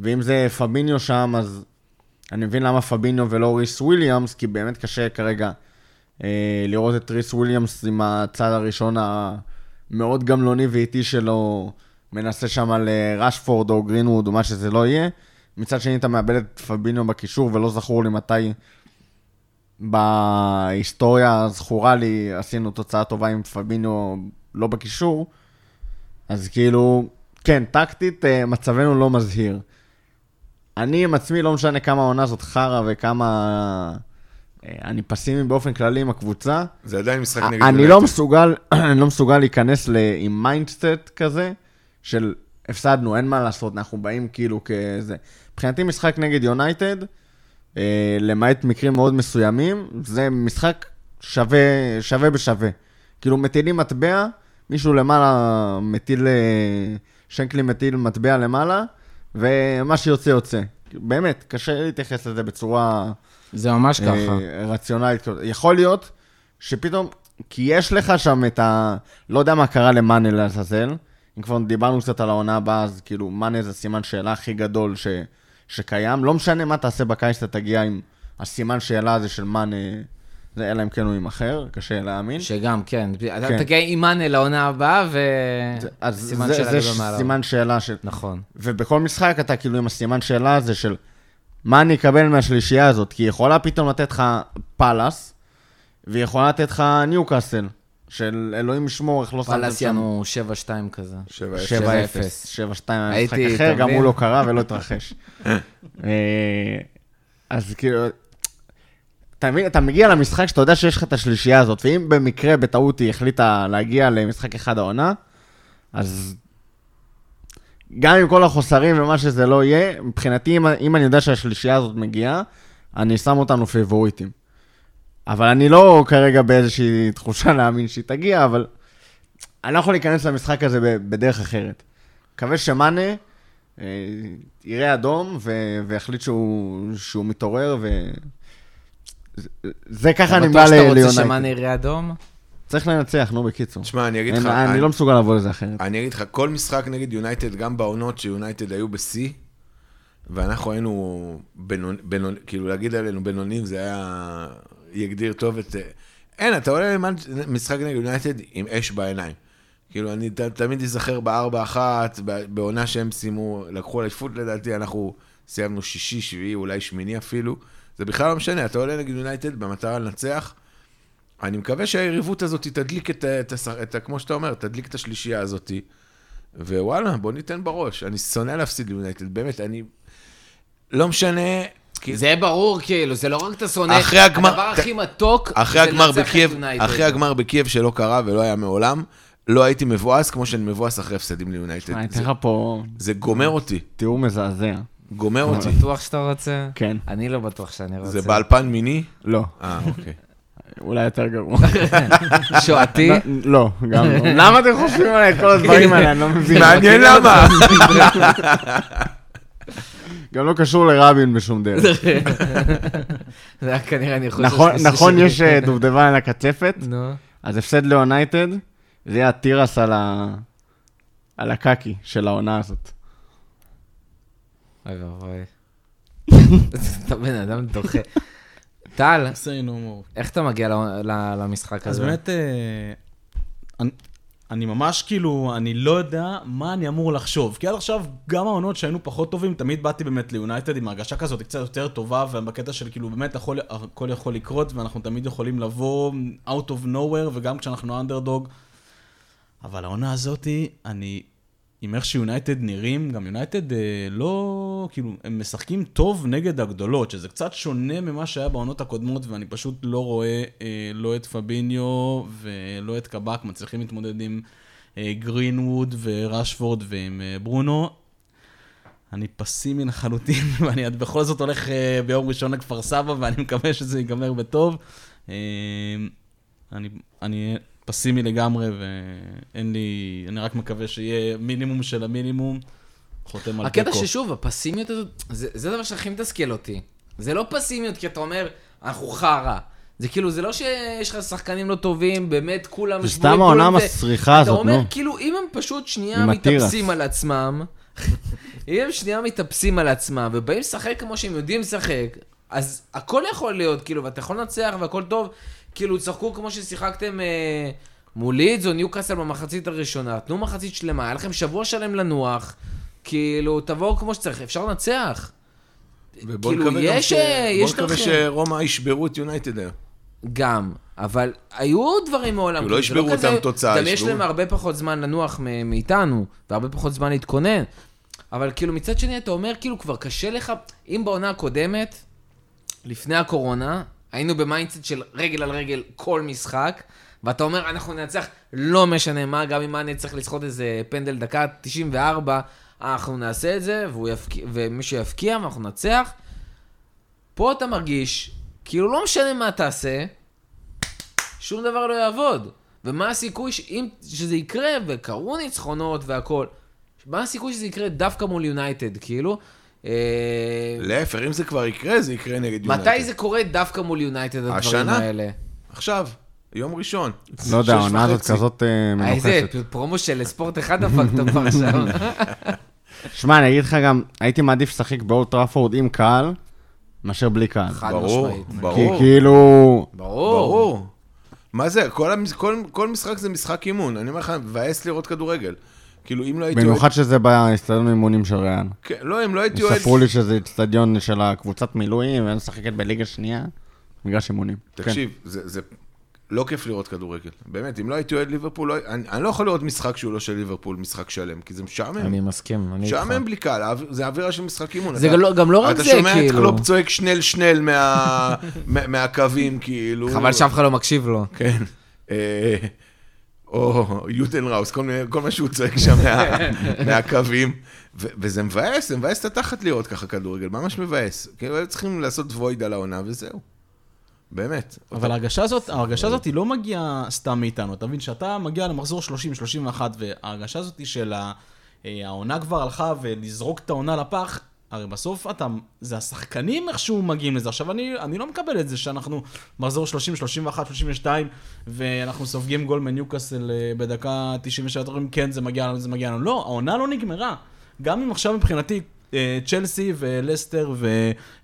[SPEAKER 2] ואם זה פביניו שם, אז אני מבין למה פביניו ולא ריס וויליאמס, כי באמת קשה כרגע אה, לראות את ריס וויליאמס עם הצד הראשון המאוד גמלוני ואיטי שלו, מנסה שם על אה, רשפורד או גרינווד או מה שזה לא יהיה. מצד שני, אתה מאבד את פביניו בקישור, ולא זכור לי מתי בהיסטוריה הזכורה לי עשינו תוצאה טובה עם פביניו לא בקישור. אז כאילו, כן, טקטית, אה, מצבנו לא מזהיר. אני עם עצמי, לא משנה כמה העונה הזאת חרא וכמה... אה, אני פסימי באופן כללי עם הקבוצה.
[SPEAKER 3] זה עדיין משחק נגד
[SPEAKER 2] אני
[SPEAKER 3] יונייטד.
[SPEAKER 2] לא מסוגל, אני לא מסוגל להיכנס ל- עם מיינדסט כזה, של הפסדנו, אין מה לעשות, אנחנו באים כאילו כזה. מבחינתי משחק נגד יונייטד, אה, למעט מקרים מאוד מסוימים, זה משחק שווה, שווה בשווה. כאילו מטילים מטבע, מישהו למעלה מטיל, אה, שנקלי מטיל מטבע למעלה, ומה שיוצא יוצא. באמת, קשה להתייחס לזה בצורה...
[SPEAKER 1] זה ממש
[SPEAKER 2] אה,
[SPEAKER 1] ככה.
[SPEAKER 2] רציונלית. כזאת. יכול להיות שפתאום, כי יש לך שם את ה... לא יודע מה קרה למאנה לעזאזל. אם כבר דיברנו קצת על העונה הבאה, אז כאילו, מאנה זה סימן שאלה הכי גדול ש... שקיים. לא משנה מה תעשה בקיץ, אתה תגיע עם הסימן שאלה הזה של מאנה זה אלא אם כן הוא יימכר, קשה להאמין.
[SPEAKER 1] שגם, כן. אתה
[SPEAKER 2] כן.
[SPEAKER 1] תגיע עם מאנה לעונה הבאה, ו...
[SPEAKER 2] זה- אז
[SPEAKER 1] כן,
[SPEAKER 2] זה,
[SPEAKER 1] סימן שאלה
[SPEAKER 2] זה
[SPEAKER 1] גדול מעליו.
[SPEAKER 2] סימן שאלה של...
[SPEAKER 1] נכון.
[SPEAKER 2] ובכל משחק אתה כאילו עם הסימן שאלה הזה של מה אני אקבל מהשלישייה הזאת, כי היא יכולה פתאום לתת לך פאלאס, והיא יכולה לתת לך ניוקאסל, של אלוהים ישמור איך לא שמתם
[SPEAKER 1] פאלאס ינו 7-2 כזה.
[SPEAKER 3] 7
[SPEAKER 2] 7-0, 7-2 היה משחק
[SPEAKER 1] הייתי,
[SPEAKER 2] אחר,
[SPEAKER 1] אתה
[SPEAKER 2] גם
[SPEAKER 1] מבין?
[SPEAKER 2] הוא לא קרה ולא התרחש. אה, אז כאילו, אתה מבין, אתה מגיע למשחק שאתה יודע שיש לך את השלישייה הזאת, ואם במקרה, בטעות, היא החליטה להגיע למשחק אחד העונה, אז גם עם כל החוסרים ומה שזה לא יהיה, מבחינתי, אם, אם אני יודע שהשלישייה הזאת מגיעה, אני שם אותנו פייבוריטים. אבל אני לא כרגע באיזושהי תחושה להאמין שהיא תגיע, אבל אני לא יכול להיכנס למשחק הזה ב- בדרך אחרת. מקווה שמאנה אה, יראה אדום ו- ויחליט שהוא, שהוא מתעורר, ו... זה- זה ככה אני בא ל-
[SPEAKER 1] אתה בטוח שאתה רוצה
[SPEAKER 2] ליונייטד.
[SPEAKER 1] שמאנה יראה אדום?
[SPEAKER 2] צריך לנצח, נו, בקיצור.
[SPEAKER 3] תשמע, אני אגיד
[SPEAKER 2] אין-
[SPEAKER 3] לך...
[SPEAKER 2] אני לא מסוגל לבוא לזה אחרת.
[SPEAKER 3] אני אגיד לך, כל משחק נגד יונייטד, גם בעונות שיונייטד היו בשיא, ואנחנו היינו בינוני, בינוני, כאילו להגיד עלינו בינונים, זה היה... יגדיר טוב את... אין, אתה עולה למאנ- משחק נגד יונייטד עם אש בעיניים. כאילו, אני ת, תמיד אזכר בארבע אחת, ב- בעונה שהם סיימו, לקחו אליפות לדעתי, אנחנו סיימנו שישי, שביעי, אולי שמיני אפילו. זה בכלל לא משנה, אתה עולה נגד יונייטד במטרה לנצח. אני מקווה שהיריבות הזאת תדליק את, ה- את, את, את ה- כמו שאתה אומר, תדליק את השלישייה הזאת, ווואלה, בוא ניתן בראש. אני שונא להפסיד ליונייטד, באמת, אני... לא משנה, כי
[SPEAKER 1] זה ברור, כאילו, זה לא רק אתה שונא.
[SPEAKER 3] אחרי הגמר-
[SPEAKER 1] הדבר
[SPEAKER 3] ת-
[SPEAKER 1] הכי מתוק
[SPEAKER 3] לא אחרי הגמר
[SPEAKER 1] לנצח את
[SPEAKER 3] בקייב,
[SPEAKER 1] יונייטד.
[SPEAKER 3] אחרי הגמר בקייב שלא קרה ולא היה מעולם, לא הייתי מבואס כמו שאני מבואס אחרי הפסדים
[SPEAKER 2] אני
[SPEAKER 3] ליונייטד.
[SPEAKER 2] אתן
[SPEAKER 3] זה-
[SPEAKER 2] לך פה
[SPEAKER 3] זה גומר אותי,
[SPEAKER 2] תיאור מזעזע.
[SPEAKER 3] גומר אותי.
[SPEAKER 1] אתה בטוח שאתה רוצה?
[SPEAKER 2] כן.
[SPEAKER 1] אני לא בטוח שאני רוצה.
[SPEAKER 3] זה בעל פן מיני?
[SPEAKER 2] לא,
[SPEAKER 3] אה, אוקיי.
[SPEAKER 2] אולי יותר גרוע.
[SPEAKER 1] שואתי?
[SPEAKER 2] לא, גם לא. למה אתם חושבים עליי את כל הדברים האלה? אני לא
[SPEAKER 1] כן,
[SPEAKER 2] מבין.
[SPEAKER 3] מעניין למה.
[SPEAKER 2] גם לא קשור לרבין בשום דרך.
[SPEAKER 1] זה היה כנראה ניחוש.
[SPEAKER 2] נכון,
[SPEAKER 1] השלישי
[SPEAKER 2] נכון,
[SPEAKER 1] שלי.
[SPEAKER 2] יש אה, דובדבן על הקצפת,
[SPEAKER 1] נו.
[SPEAKER 2] אז הפסד ליונייטד, זה יהיה התירס על ה... על הקקי של העונה הזאת.
[SPEAKER 1] אוי ואבוי. אתה בן אדם דוחה. טל,
[SPEAKER 4] עשינו הומור.
[SPEAKER 1] איך אתה מגיע ל- ל- למשחק
[SPEAKER 4] אז
[SPEAKER 1] הזה?
[SPEAKER 4] באמת, אה, אני- אני ממש כאילו, אני לא יודע מה אני אמור לחשוב. כי עד עכשיו, גם העונות שהיינו פחות טובים, תמיד באתי באמת ליונייטד עם הרגשה כזאת קצת יותר טובה, ובקטע של כאילו, באמת הכל, הכל יכול לקרות, ואנחנו תמיד יכולים לבוא out of nowhere, וגם כשאנחנו אנדרדוג. אבל העונה הזאתי, אני... עם איך שיונייטד נראים, גם יונייטד אה, לא, כאילו, הם משחקים טוב נגד הגדולות, שזה קצת שונה ממה שהיה בעונות הקודמות, ואני פשוט לא רואה אה, לא את פביניו ולא את קבק מצליחים להתמודד עם אה, גרינווד וראשפורד ועם אה, ברונו. אני פסימי לחלוטין, ואני עד בכל זאת הולך אה, ביום ראשון לכפר סבא, ואני מקווה שזה ייגמר בטוב. אה, אני, אני פסימי לגמרי, ואין לי... אני רק מקווה שיהיה מינימום של המינימום. חותם על
[SPEAKER 1] הקטע
[SPEAKER 4] תיקו.
[SPEAKER 1] ששוב, הפסימיות הזאת, זה זה הדבר שהכי מתסכל אותי. זה לא פסימיות, כי אתה אומר, אנחנו חרא. זה כאילו, זה לא שיש לך שחקנים לא טובים, באמת כולם
[SPEAKER 2] זה
[SPEAKER 1] שבורים,
[SPEAKER 2] סתם העונה
[SPEAKER 1] כולם זה-
[SPEAKER 2] המסריחה הזאת,
[SPEAKER 1] אתה
[SPEAKER 2] נו.
[SPEAKER 1] אומר, כאילו, אם הם פשוט שנייה
[SPEAKER 2] עם התירס.
[SPEAKER 1] מתאפסים על עצמם, אם הם שנייה מתאפסים על עצמם, ובאים לשחק כמו שהם יודעים לשחק, אז הכל יכול להיות, כאילו, ואתה יכול לנצח והכל טוב, כאילו, תשחקו כמו ששיחקתם אה, מול לידס או ניוקאסל במחצית הראשונה, תנו מחצית שלמה, היה לכם שבוע שלם לנוח, כאילו, תבואו כמו שצריך, אפשר לנצח.
[SPEAKER 3] ובוא
[SPEAKER 1] כאילו,
[SPEAKER 3] נקווה גם
[SPEAKER 1] יש,
[SPEAKER 3] ש-
[SPEAKER 1] אה, יש
[SPEAKER 3] בוא נקווה
[SPEAKER 1] דרכים.
[SPEAKER 3] שרומא ישברו את יונייטד היום.
[SPEAKER 1] גם, אבל היו דברים מעולם.
[SPEAKER 3] כאילו, לא
[SPEAKER 1] זה
[SPEAKER 3] ישברו
[SPEAKER 1] כזה-
[SPEAKER 3] אותם תוצאה,
[SPEAKER 1] גם יש
[SPEAKER 3] ישברו.
[SPEAKER 1] להם הרבה פחות זמן לנוח מ- מאיתנו, והרבה פחות זמן להתכונן. אבל כאילו, מצד שני, אתה אומר, כאילו, כבר קשה לך, אם בעונה הקודמת, לפני הקורונה, היינו במיינדסט של רגל על רגל כל משחק, ואתה אומר, אנחנו ננצח לא משנה מה, גם אם אני צריך לסחוט איזה פנדל דקה 94, אנחנו נעשה את זה, והוא יפק... ומישהו יפקיע ואנחנו ננצח. פה אתה מרגיש, כאילו לא משנה מה תעשה, שום דבר לא יעבוד. ומה הסיכוי שאם, שזה יקרה, וקרו ניצחונות והכול, מה הסיכוי שזה יקרה דווקא מול יונייטד, כאילו? אה,
[SPEAKER 3] להפך, אם זה כבר יקרה, זה יקרה נגד יונייטד.
[SPEAKER 1] מתי זה קורה דווקא מול יונייטד, הדברים
[SPEAKER 3] השנה?
[SPEAKER 1] האלה?
[SPEAKER 3] עכשיו, יום ראשון.
[SPEAKER 2] לא יודע,
[SPEAKER 3] שש
[SPEAKER 2] העונה הזאת
[SPEAKER 3] וחצי.
[SPEAKER 2] כזאת אה,
[SPEAKER 1] איזה
[SPEAKER 2] מנוחשת.
[SPEAKER 1] פרומו של ספורט אחד דפקת פה עכשיו.
[SPEAKER 2] שמע, אני אגיד לך גם, הייתי מעדיף לשחק באולט טראפורד עם קהל, מאשר בלי קהל.
[SPEAKER 1] חד
[SPEAKER 3] ברור,
[SPEAKER 1] משמעית.
[SPEAKER 2] כי
[SPEAKER 3] ברור,
[SPEAKER 2] כאילו...
[SPEAKER 1] ברור.
[SPEAKER 3] ברור. מה זה, כל המש- כל- כל משחק זה משחק אימון. אני אומר לך, מבאס לראות כדורגל. כאילו, אם לא הייתי אוהד...
[SPEAKER 2] במיוחד שזה באצטדיון אימונים של ריאן.
[SPEAKER 3] כן, לא, אם לא הייתי אוהד...
[SPEAKER 2] ספרו לי שזה אצטדיון של הקבוצת מילואים, ואני משחקת בליגה שנייה, מגרש אימונים.
[SPEAKER 3] תקשיב, זה, זה לא כיף לראות כדורגל. באמת, אם לא הייתי אוהד ליברפול, לא, הי- אני, אני לא יכול לראות משחק שהוא לא של ליברפול, משחק שלם, כי זה משעמם.
[SPEAKER 1] אני מסכים, אני איתך.
[SPEAKER 3] משעמם בלי קהל, האו- זה אווירה של משחק אימון.
[SPEAKER 1] זה
[SPEAKER 3] אתה-
[SPEAKER 1] גם לא- גם לא רק זה,
[SPEAKER 3] אתה שומע את
[SPEAKER 1] כאילו.
[SPEAKER 3] קלופ צועק שנל שנל מה, מה, מהקווים, כאילו.
[SPEAKER 1] חבל שאף אחד לא מקשיב לו.
[SPEAKER 3] כן. אה, או יודנראוס, כל, מיני- כל מה שהוא צועק שם מה, מהקווים. ו- וזה מבאס, זה מבאס את התחת לראות ככה כדורגל, ממש מבאס. כאילו, היו צריכים לעשות וויד על העונה וזהו. באמת.
[SPEAKER 4] אבל ההרגשה הזאת, ההרגשה הזאת היא לא מגיעה סתם מאיתנו. אתה מבין, שאתה מגיע למחזור 30-31, וההרגשה הזאת היא של ה- אה, העונה כבר הלכה ולזרוק את העונה לפח, הרי בסוף אתה, זה השחקנים איכשהו מגיעים לזה. עכשיו, אני, אני לא מקבל את זה שאנחנו מחזור 30, 31, 32, ואנחנו סופגים גול מניוקאסל אה, בדקה 97, אתם אומרים, כן, זה מגיע לנו, זה מגיע לנו. לא, העונה לא נגמרה. גם אם עכשיו מבחינתי אה, צ'לסי ולסטר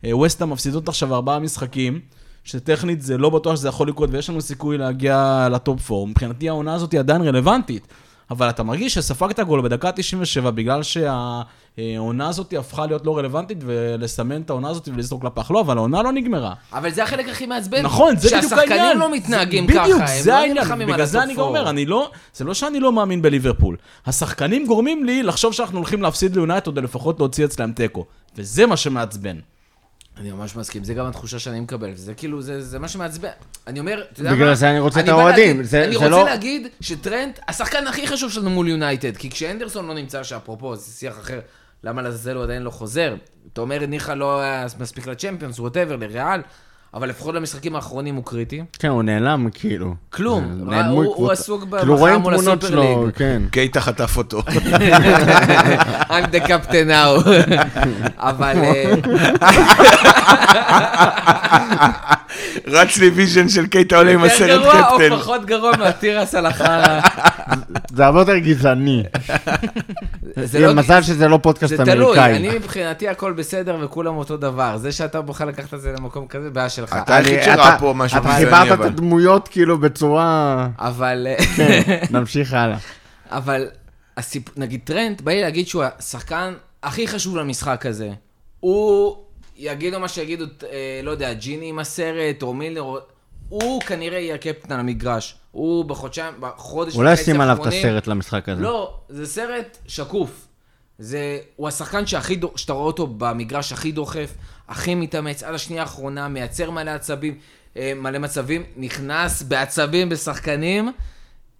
[SPEAKER 4] וווסטה מפסידות עכשיו ארבעה משחקים, שטכנית זה לא בטוח שזה יכול לקרות, ויש לנו סיכוי להגיע לטופ 4. מבחינתי העונה הזאת היא עדיין רלוונטית, אבל אתה מרגיש שספגת גול בדקה 97 בגלל שהעונה הזאת הפכה להיות לא רלוונטית, ולסמן את העונה הזאת ולזרוק לפח. לא, אבל העונה לא נגמרה.
[SPEAKER 1] אבל זה החלק הכי מעצבן.
[SPEAKER 4] נכון, זה בדיוק העניין.
[SPEAKER 1] שהשחקנים לא מתנהגים
[SPEAKER 4] זה-
[SPEAKER 1] ככה,
[SPEAKER 4] בדיוק,
[SPEAKER 1] הם
[SPEAKER 4] זה
[SPEAKER 1] לא
[SPEAKER 4] העניין.
[SPEAKER 1] נלחמים על
[SPEAKER 4] בגלל זה אני גם
[SPEAKER 1] הטופ פור.
[SPEAKER 4] אומר, אני לא, זה לא שאני לא מאמין בליברפול. השחקנים גורמים לי לחשוב שאנחנו הולכים להפסיד ליונייטוד, או לפחות להוציא אצלם תיקו. וזה מה שמעצבן.
[SPEAKER 1] אני ממש מסכים, זה גם התחושה שאני מקבל, זה כאילו, זה, זה מה שמעצבן. אני אומר, אתה יודע מה?
[SPEAKER 2] בגלל זה אני רוצה את
[SPEAKER 1] בא
[SPEAKER 2] האוהדים,
[SPEAKER 1] להגיד-
[SPEAKER 2] זה-
[SPEAKER 1] אני
[SPEAKER 2] זה
[SPEAKER 1] רוצה
[SPEAKER 2] לא-
[SPEAKER 1] להגיד שטרנט, השחקן הכי חשוב שלנו מול יונייטד, כי כשאנדרסון לא נמצא, שאפרופו, זה שיח אחר, למה לעזאזל הוא עדיין לא חוזר? אתה אומר, ניחא לא היה מספיק לצ'מפיונס, ווטאבר, לריאל, אבל לפחות למשחקים האחרונים הוא קריטי.
[SPEAKER 2] כן, הוא נעלם, כאילו.
[SPEAKER 1] כלום.
[SPEAKER 2] זה
[SPEAKER 1] הוא-
[SPEAKER 2] נעלמו
[SPEAKER 1] הוא- הוא
[SPEAKER 2] קבוצה.
[SPEAKER 1] עסוק במחאה
[SPEAKER 2] כאילו, רואים
[SPEAKER 1] מול
[SPEAKER 2] תמונות
[SPEAKER 1] הסופר
[SPEAKER 2] שלו,
[SPEAKER 1] ליג.
[SPEAKER 2] כן.
[SPEAKER 3] קייטה חטף אותו.
[SPEAKER 1] I'm the captain now. אבל... אה,
[SPEAKER 3] רץ לי ויז'ן של קייטה עולה עם
[SPEAKER 1] יותר
[SPEAKER 3] הסרט
[SPEAKER 1] גרוע או
[SPEAKER 3] קפטן.
[SPEAKER 1] פחות גרוע מהתירס על החרא.
[SPEAKER 2] זה הרבה יותר גזעני.
[SPEAKER 1] זה לא...
[SPEAKER 2] מזל שזה לא פודקאסט
[SPEAKER 1] זה תלוי,
[SPEAKER 2] אמריקאי.
[SPEAKER 1] אני מבחינתי הכל בסדר וכולם אותו דבר. זה שאתה בוחר לקחת את זה למקום כזה, בעיה שלך.
[SPEAKER 2] אה.
[SPEAKER 3] אתה היחיד
[SPEAKER 2] אני-
[SPEAKER 3] שראה
[SPEAKER 2] אתה-
[SPEAKER 3] פה משהו
[SPEAKER 2] אתה
[SPEAKER 3] גזעני,
[SPEAKER 2] חיברת
[SPEAKER 3] אבל.
[SPEAKER 2] את הדמויות כאילו בצורה...
[SPEAKER 1] אבל... אה,
[SPEAKER 2] כן, נמשיך הלאה.
[SPEAKER 1] אבל הסיפ... נגיד טרנט, בא לי להגיד שהוא השחקן הכי חשוב למשחק הזה. הוא, יגידו מה שיגידו, אה, לא יודע, ג'יני עם הסרט, או מילר, או... הוא כנראה יהיה הקפטן על המגרש. הוא בחודשיים, בחודש
[SPEAKER 2] אולי
[SPEAKER 1] וחצי
[SPEAKER 2] שים עליו את
[SPEAKER 1] האחרונים-
[SPEAKER 2] הסרט למשחק הזה.
[SPEAKER 1] לא, זה סרט שקוף. זה, הוא השחקן שהכי, דו- שאתה רואה אותו במגרש הכי דוחף, הכי מתאמץ, עד השנייה האחרונה, מייצר מלא עצבים, אה, מלא מצבים, נכנס בעצבים בשחקנים,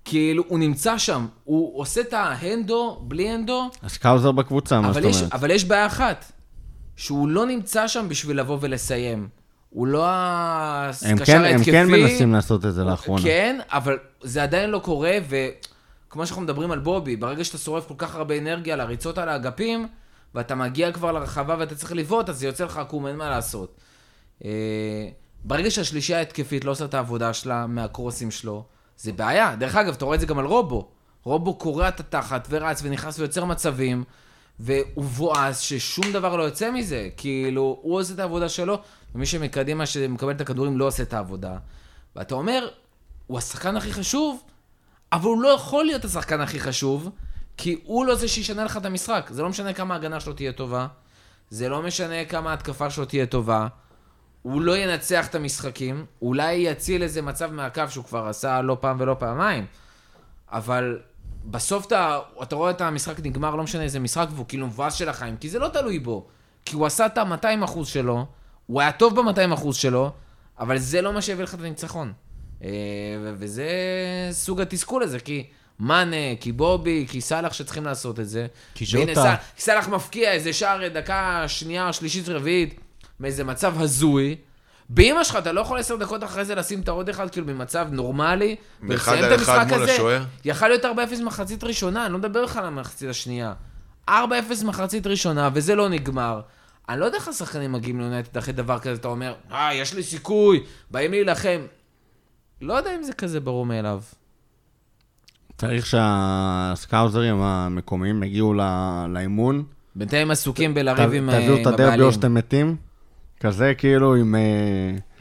[SPEAKER 1] כאילו, הוא נמצא שם, הוא עושה את ההנדו, בלי הנדו,
[SPEAKER 2] אז קאוזר בקבוצה, מה זאת
[SPEAKER 1] אבל יש,
[SPEAKER 2] אומרת?
[SPEAKER 1] אבל יש בעיה אחת, שהוא לא נמצא שם בשביל לבוא ולסיים. הוא לא הקשר
[SPEAKER 2] הם
[SPEAKER 1] ההתקפי.
[SPEAKER 2] כן- הם כן מנסים לעשות את זה לאחרונה.
[SPEAKER 1] כן, אבל זה עדיין לא קורה, וכמו שאנחנו מדברים על בובי, ברגע שאתה שורף כל כך הרבה אנרגיה לריצות על האגפים, ואתה מגיע כבר לרחבה ואתה צריך לבעוט, אז זה יוצא לך עקום, אין מה לעשות. אה, ברגע שהשלישייה ההתקפית לא עושה את העבודה שלה מהקרוסים שלו, זה בעיה. דרך אגב, אתה רואה את זה גם על רובו. רובו קורע את התחת ורץ ונכנס ויוצר מצבים, והוא מבואס ששום דבר לא יוצא מזה. כאילו, הוא עושה את העבודה שלו, ומי שמקדימה שמקבל את הכדורים לא עושה את העבודה. ואתה אומר, הוא השחקן הכי חשוב, אבל הוא לא יכול להיות השחקן הכי חשוב, כי הוא לא זה שישנה לך את המשחק. זה לא משנה כמה ההגנה שלו תהיה טובה, זה לא משנה כמה ההתקפה שלו תהיה טובה, הוא לא ינצח את המשחקים, אולי יציל איזה מצב מהקו שהוא כבר עשה לא פעם ולא פעמיים, אבל בסוף אתה, אתה רואה את המשחק נגמר, לא משנה איזה משחק, והוא כאילו מבואס של החיים, כי זה לא תלוי בו. כי הוא עשה את ה-200% שלו, הוא היה טוב ב-200% שלו, אבל זה לא מה שהביא לך את הניצחון. אה, ו- וזה סוג התסכול הזה, כי מאנה, כי בובי, כי סאלח שצריכים לעשות את זה.
[SPEAKER 4] כי
[SPEAKER 1] והנה,
[SPEAKER 4] ז'וטה.
[SPEAKER 1] סאלח- סאלח מפקיע איזה שער אה, דקה שנייה, שלישית, רביעית, מאיזה מצב הזוי. באמא שלך, אתה לא יכול עשר דקות אחרי זה לשים את העוד אחד כאילו במצב נורמלי,
[SPEAKER 3] מאחד
[SPEAKER 1] ולסיים
[SPEAKER 3] על
[SPEAKER 1] את
[SPEAKER 3] אחד
[SPEAKER 1] המשחק
[SPEAKER 3] מול
[SPEAKER 1] הזה.
[SPEAKER 3] השוער?
[SPEAKER 1] יכל להיות 4-0 מחצית ראשונה, אני לא מדבר לך על המחצית השנייה. 4-0 מחצית ראשונה, וזה לא נגמר. אני לא יודע איך השחקנים מגיעים ליונטד אחרי דבר כזה, אתה אומר, אה, יש לי סיכוי, באים להילחם. לא יודע אם זה כזה ברור מאליו.
[SPEAKER 2] צריך שהסקאוזרים המקומיים יגיעו ל- לאימון.
[SPEAKER 1] בינתיים עסוקים
[SPEAKER 2] ת-
[SPEAKER 1] בלריב עם אה,
[SPEAKER 2] תביאו
[SPEAKER 1] עם
[SPEAKER 2] את הדרבי או שאתם מתים. כזה כאילו עם... אה,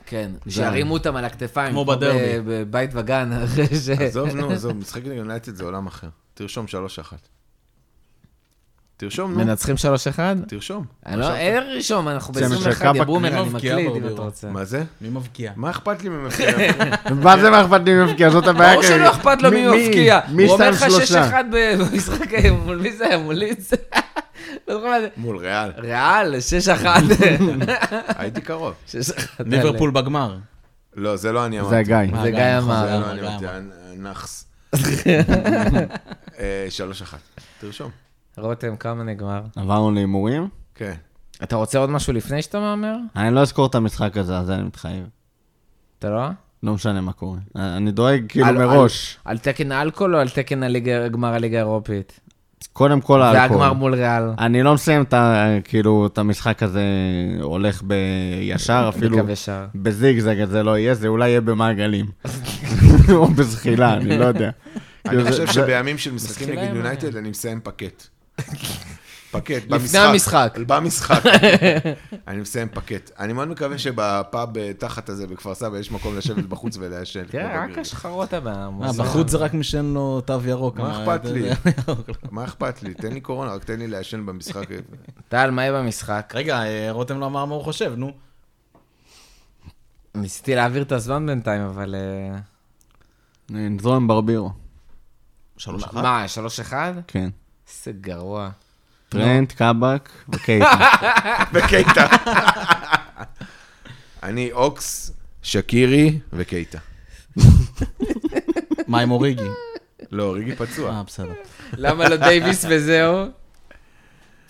[SPEAKER 1] כן, שירימו אותם על הכתפיים.
[SPEAKER 4] כמו בדרבי.
[SPEAKER 1] ב- בבית וגן, אחרי ש...
[SPEAKER 3] עזוב, נו, עזוב, משחק נגד יונייטד זה עולם אחר. תרשום 3-1. תרשום, נו,
[SPEAKER 1] מנצחים 3-1?
[SPEAKER 3] תרשום.
[SPEAKER 1] אני לא, אין רישום, אנחנו
[SPEAKER 2] צמד של
[SPEAKER 1] ב-21,
[SPEAKER 2] קאבה,
[SPEAKER 1] יא בומר,
[SPEAKER 4] מי
[SPEAKER 1] אני
[SPEAKER 4] מבקיע
[SPEAKER 1] מקליד אם
[SPEAKER 4] ברבירו?
[SPEAKER 1] אתה רוצה.
[SPEAKER 3] מה זה?
[SPEAKER 4] מי מבקיע?
[SPEAKER 3] מה אכפת לי ממך?
[SPEAKER 2] מה זה מה אכפת לי מי מבקיע? זאת הבעיה.
[SPEAKER 1] ברור שלא
[SPEAKER 2] כאילו.
[SPEAKER 1] אכפת לו מי מבקיע.
[SPEAKER 2] מי
[SPEAKER 1] הוא אומר
[SPEAKER 2] שם
[SPEAKER 1] לך
[SPEAKER 2] שלושה?
[SPEAKER 1] 6-1 במשחק, היום. מול מי זה היה? מול ליץ? לא זוכר מה זה.
[SPEAKER 3] מול ריאל.
[SPEAKER 1] ריאל, 6-1.
[SPEAKER 3] הייתי קרוב.
[SPEAKER 1] 6-1.
[SPEAKER 4] ליברפול בגמר.
[SPEAKER 3] לא, זה לא אני אמרתי.
[SPEAKER 2] זה גיא.
[SPEAKER 1] זה
[SPEAKER 4] אה,
[SPEAKER 1] גיא
[SPEAKER 4] נכון,
[SPEAKER 1] אמר.
[SPEAKER 3] זה לא אני אמרתי,
[SPEAKER 4] גיא אמר.
[SPEAKER 3] אה, נאחס. אה, 3-1. תרשום.
[SPEAKER 1] רותם, כמה נגמר?
[SPEAKER 2] עברנו להימורים?
[SPEAKER 3] כן.
[SPEAKER 1] אתה רוצה עוד משהו לפני שאתה מהמר?
[SPEAKER 2] אני לא אזכור את המשחק הזה, אז אני מתחייב.
[SPEAKER 1] אתה לא?
[SPEAKER 2] לא משנה מה קורה. אני דואג כאילו
[SPEAKER 1] על-
[SPEAKER 2] מראש.
[SPEAKER 1] על תקן האלכוהול או על תקן הליגה- גמר הליגה האירופית?
[SPEAKER 2] קודם כל
[SPEAKER 1] זה
[SPEAKER 2] האלכוהול.
[SPEAKER 1] הגמר מול ריאל.
[SPEAKER 2] אני לא מסיים את ה- כאילו, את המשחק הזה הולך בישר, אפילו
[SPEAKER 1] מקווה שער.
[SPEAKER 2] בזיגזג זה לא יהיה, זה אולי יהיה במעגלים. או בזחילה, אני לא יודע. כאילו, זה-
[SPEAKER 3] אני חושב
[SPEAKER 2] זה-
[SPEAKER 3] שבימים של משחקים
[SPEAKER 1] מתחילה
[SPEAKER 3] נגד
[SPEAKER 1] עם
[SPEAKER 3] יונייטד אני מסיים פקט. פקט,
[SPEAKER 1] לפני המשחק.
[SPEAKER 3] במשחק. אני מסיים פקט. אני מאוד מקווה שבפאב אה, תחת הזה בכפר סבא יש מקום לשבת בחוץ ולעשן. כמו
[SPEAKER 1] תראה, רק
[SPEAKER 3] בגריל.
[SPEAKER 1] השחרות הבאה.
[SPEAKER 4] אה, בחוץ זה רק מי שאין לו תו ירוק.
[SPEAKER 3] מה
[SPEAKER 4] אה,
[SPEAKER 3] אכפת
[SPEAKER 4] זה-
[SPEAKER 3] לי?
[SPEAKER 4] זה-
[SPEAKER 3] מה אכפת לי? תן לי קורונה, רק תן לי לעשן במשחק.
[SPEAKER 1] טל, מה יהיה במשחק?
[SPEAKER 4] רגע, אה, רותם לא אמר מה הוא חושב, נו.
[SPEAKER 1] ניסיתי להעביר את הזמן בינתיים, אבל... אה,
[SPEAKER 2] נזרום עם ברבירו,
[SPEAKER 4] שלוש אחת.
[SPEAKER 1] מה, 3-1?
[SPEAKER 2] כן.
[SPEAKER 1] איזה גרוע.
[SPEAKER 2] טרנט, קאבק אוקיי, וקייטה.
[SPEAKER 3] וקייטה. אני אוקס, שקירי וקייטה.
[SPEAKER 4] מה עם אוריגי?
[SPEAKER 3] לא, ריגי פצוע.
[SPEAKER 4] אה, בסדר.
[SPEAKER 1] למה לא דייוויס וזהו?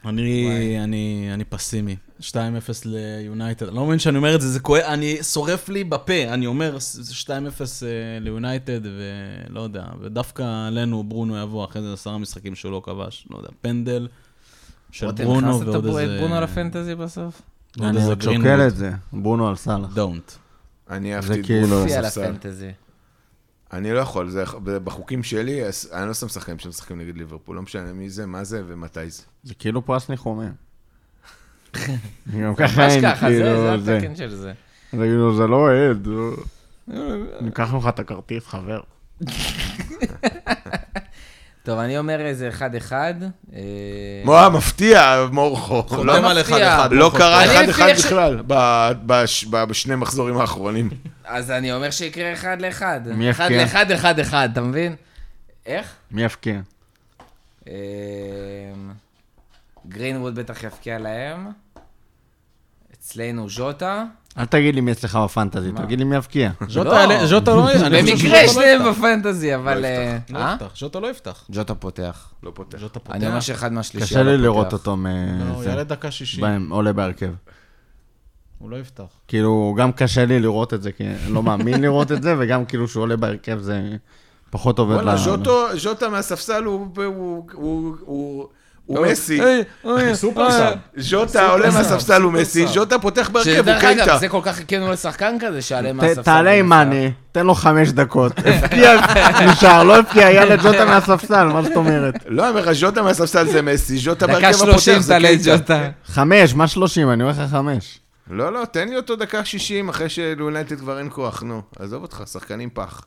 [SPEAKER 4] אני, אני, אני פסימי. 2-0 ליונייטד. אני לא מבין שאני אומר את זה, זה כואב, אני שורף לי בפה. אני אומר ס- זה 2-0 אה, ליונייטד, ולא יודע, ודווקא עלינו ברונו יבוא אחרי זה עשרה משחקים שהוא לא כבש. לא יודע, פנדל של
[SPEAKER 1] רותם,
[SPEAKER 4] ברונו
[SPEAKER 1] הכנסת את
[SPEAKER 4] ועוד איזה...
[SPEAKER 1] הבור- את ברונו לפנטזי בסוף?
[SPEAKER 4] ועוד
[SPEAKER 2] אני
[SPEAKER 4] איזה
[SPEAKER 2] עוד
[SPEAKER 4] גרינווד.
[SPEAKER 2] שוקל את זה, ברונו על סאלח.
[SPEAKER 4] Don't.
[SPEAKER 3] אני
[SPEAKER 2] זה
[SPEAKER 3] אהבתי את
[SPEAKER 2] כאילו-
[SPEAKER 3] ברונו
[SPEAKER 1] הופיע על
[SPEAKER 3] בספסל.
[SPEAKER 1] הפנטזי.
[SPEAKER 3] אני לא יכול, זה בחוקים שלי, אז אני לא שם שחקנים שמשחקים נגד ליברפול, לא משנה מי זה, מה זה ומתי זה.
[SPEAKER 1] כן.
[SPEAKER 2] זה כאילו פרס ניחומים. גם ככה
[SPEAKER 1] ממש
[SPEAKER 2] אין,
[SPEAKER 1] ככה, זה- זה כן.
[SPEAKER 2] כאילו, זה.
[SPEAKER 1] התקן של זה.
[SPEAKER 2] זה כאילו, זה לא אוהד. זה- ניקח ממך את הכרטיס, חבר.
[SPEAKER 1] טוב, אני אומר איזה 1-1. אה,
[SPEAKER 3] מואה, מפתיע, מורכו. לא-
[SPEAKER 4] חותם על
[SPEAKER 1] מפתיע.
[SPEAKER 4] אחד אחד.
[SPEAKER 3] לא קרה
[SPEAKER 1] אני
[SPEAKER 3] אחד
[SPEAKER 1] לפי
[SPEAKER 3] אחד
[SPEAKER 1] איך ש-
[SPEAKER 3] בכלל, ב- בש- ב- בשני מחזורים האחרונים.
[SPEAKER 1] אז אני אומר שיקרה 1 ל-1.
[SPEAKER 2] מי
[SPEAKER 1] 1
[SPEAKER 2] יפקיע?
[SPEAKER 1] ל-1, 1 1 אתה מבין? איך?
[SPEAKER 2] מי יפקיע?
[SPEAKER 1] אמ, גרינווד בטח יפקיע להם. אצלנו ז'וטה.
[SPEAKER 2] אל תגיד לי מי אצלך בפנטזי, תגיד לי מי יפקיע.
[SPEAKER 4] ז'וטה
[SPEAKER 1] לא.
[SPEAKER 4] יעלה- ז'וטה לא... אני חושב
[SPEAKER 1] במקרה
[SPEAKER 4] שז'וטה לא
[SPEAKER 1] שניהם
[SPEAKER 4] יפתח.
[SPEAKER 1] בפנטזי, אבל...
[SPEAKER 3] לא
[SPEAKER 1] אה,
[SPEAKER 4] לא
[SPEAKER 1] אה?
[SPEAKER 4] יפתח, ז'וטה לא יפתח.
[SPEAKER 1] ז'וטה פותח.
[SPEAKER 3] לא פותח.
[SPEAKER 4] ז'וטה פותח.
[SPEAKER 1] אני אומר שאחד מהשלישייה
[SPEAKER 2] קשה
[SPEAKER 1] לא
[SPEAKER 2] לי לראות
[SPEAKER 1] פותח.
[SPEAKER 2] אותו
[SPEAKER 4] לא,
[SPEAKER 3] אה,
[SPEAKER 4] הוא
[SPEAKER 2] מזה.
[SPEAKER 4] יעלה דקה שישים.
[SPEAKER 2] עולה בהרכב.
[SPEAKER 4] הוא לא יפתח.
[SPEAKER 2] כאילו, גם קשה לי לראות את זה, כי אני לא מאמין לראות את זה, וגם כאילו שהוא עולה בהרכב זה פחות עובד.
[SPEAKER 3] וואלה,
[SPEAKER 2] ל-
[SPEAKER 3] ז'וטו- ז'וטה מהספסל הוא- הוא- הוא- הוא- הוא מסי.
[SPEAKER 2] אה,
[SPEAKER 4] סופר סאב.
[SPEAKER 3] ז'וטה עולה מהספסל הוא מסי, ז'וטה פותח בהרכב הוא
[SPEAKER 1] שדרך אוקיי, אגב,
[SPEAKER 3] קייטה.
[SPEAKER 1] זה כל כך חיכינו לשחקן כזה שעלה
[SPEAKER 2] ת-
[SPEAKER 1] מהספסל.
[SPEAKER 2] תעלה עם
[SPEAKER 1] למשחק.
[SPEAKER 2] מאני, תן לו חמש דקות. הפקיע, נשאר, לא הפקיע, ילד ז'וטה מהספסל, מה זאת אומרת?
[SPEAKER 3] לא, אני אומר לך, ז'וטה מהספסל זה מסי, ז'וטה
[SPEAKER 1] דקה
[SPEAKER 3] בהרכב הפותח
[SPEAKER 1] שלושים
[SPEAKER 3] זה כן,
[SPEAKER 1] תעלה את
[SPEAKER 3] קייטה.
[SPEAKER 1] ז'וטה.
[SPEAKER 2] חמש, מה שלושים? אני אומר לך חמש.
[SPEAKER 3] לא, לא, תן לי אותו דקה 60 אחרי שלאונטד כבר אין כוח, נו. עזוב אותך, שחקנים פח.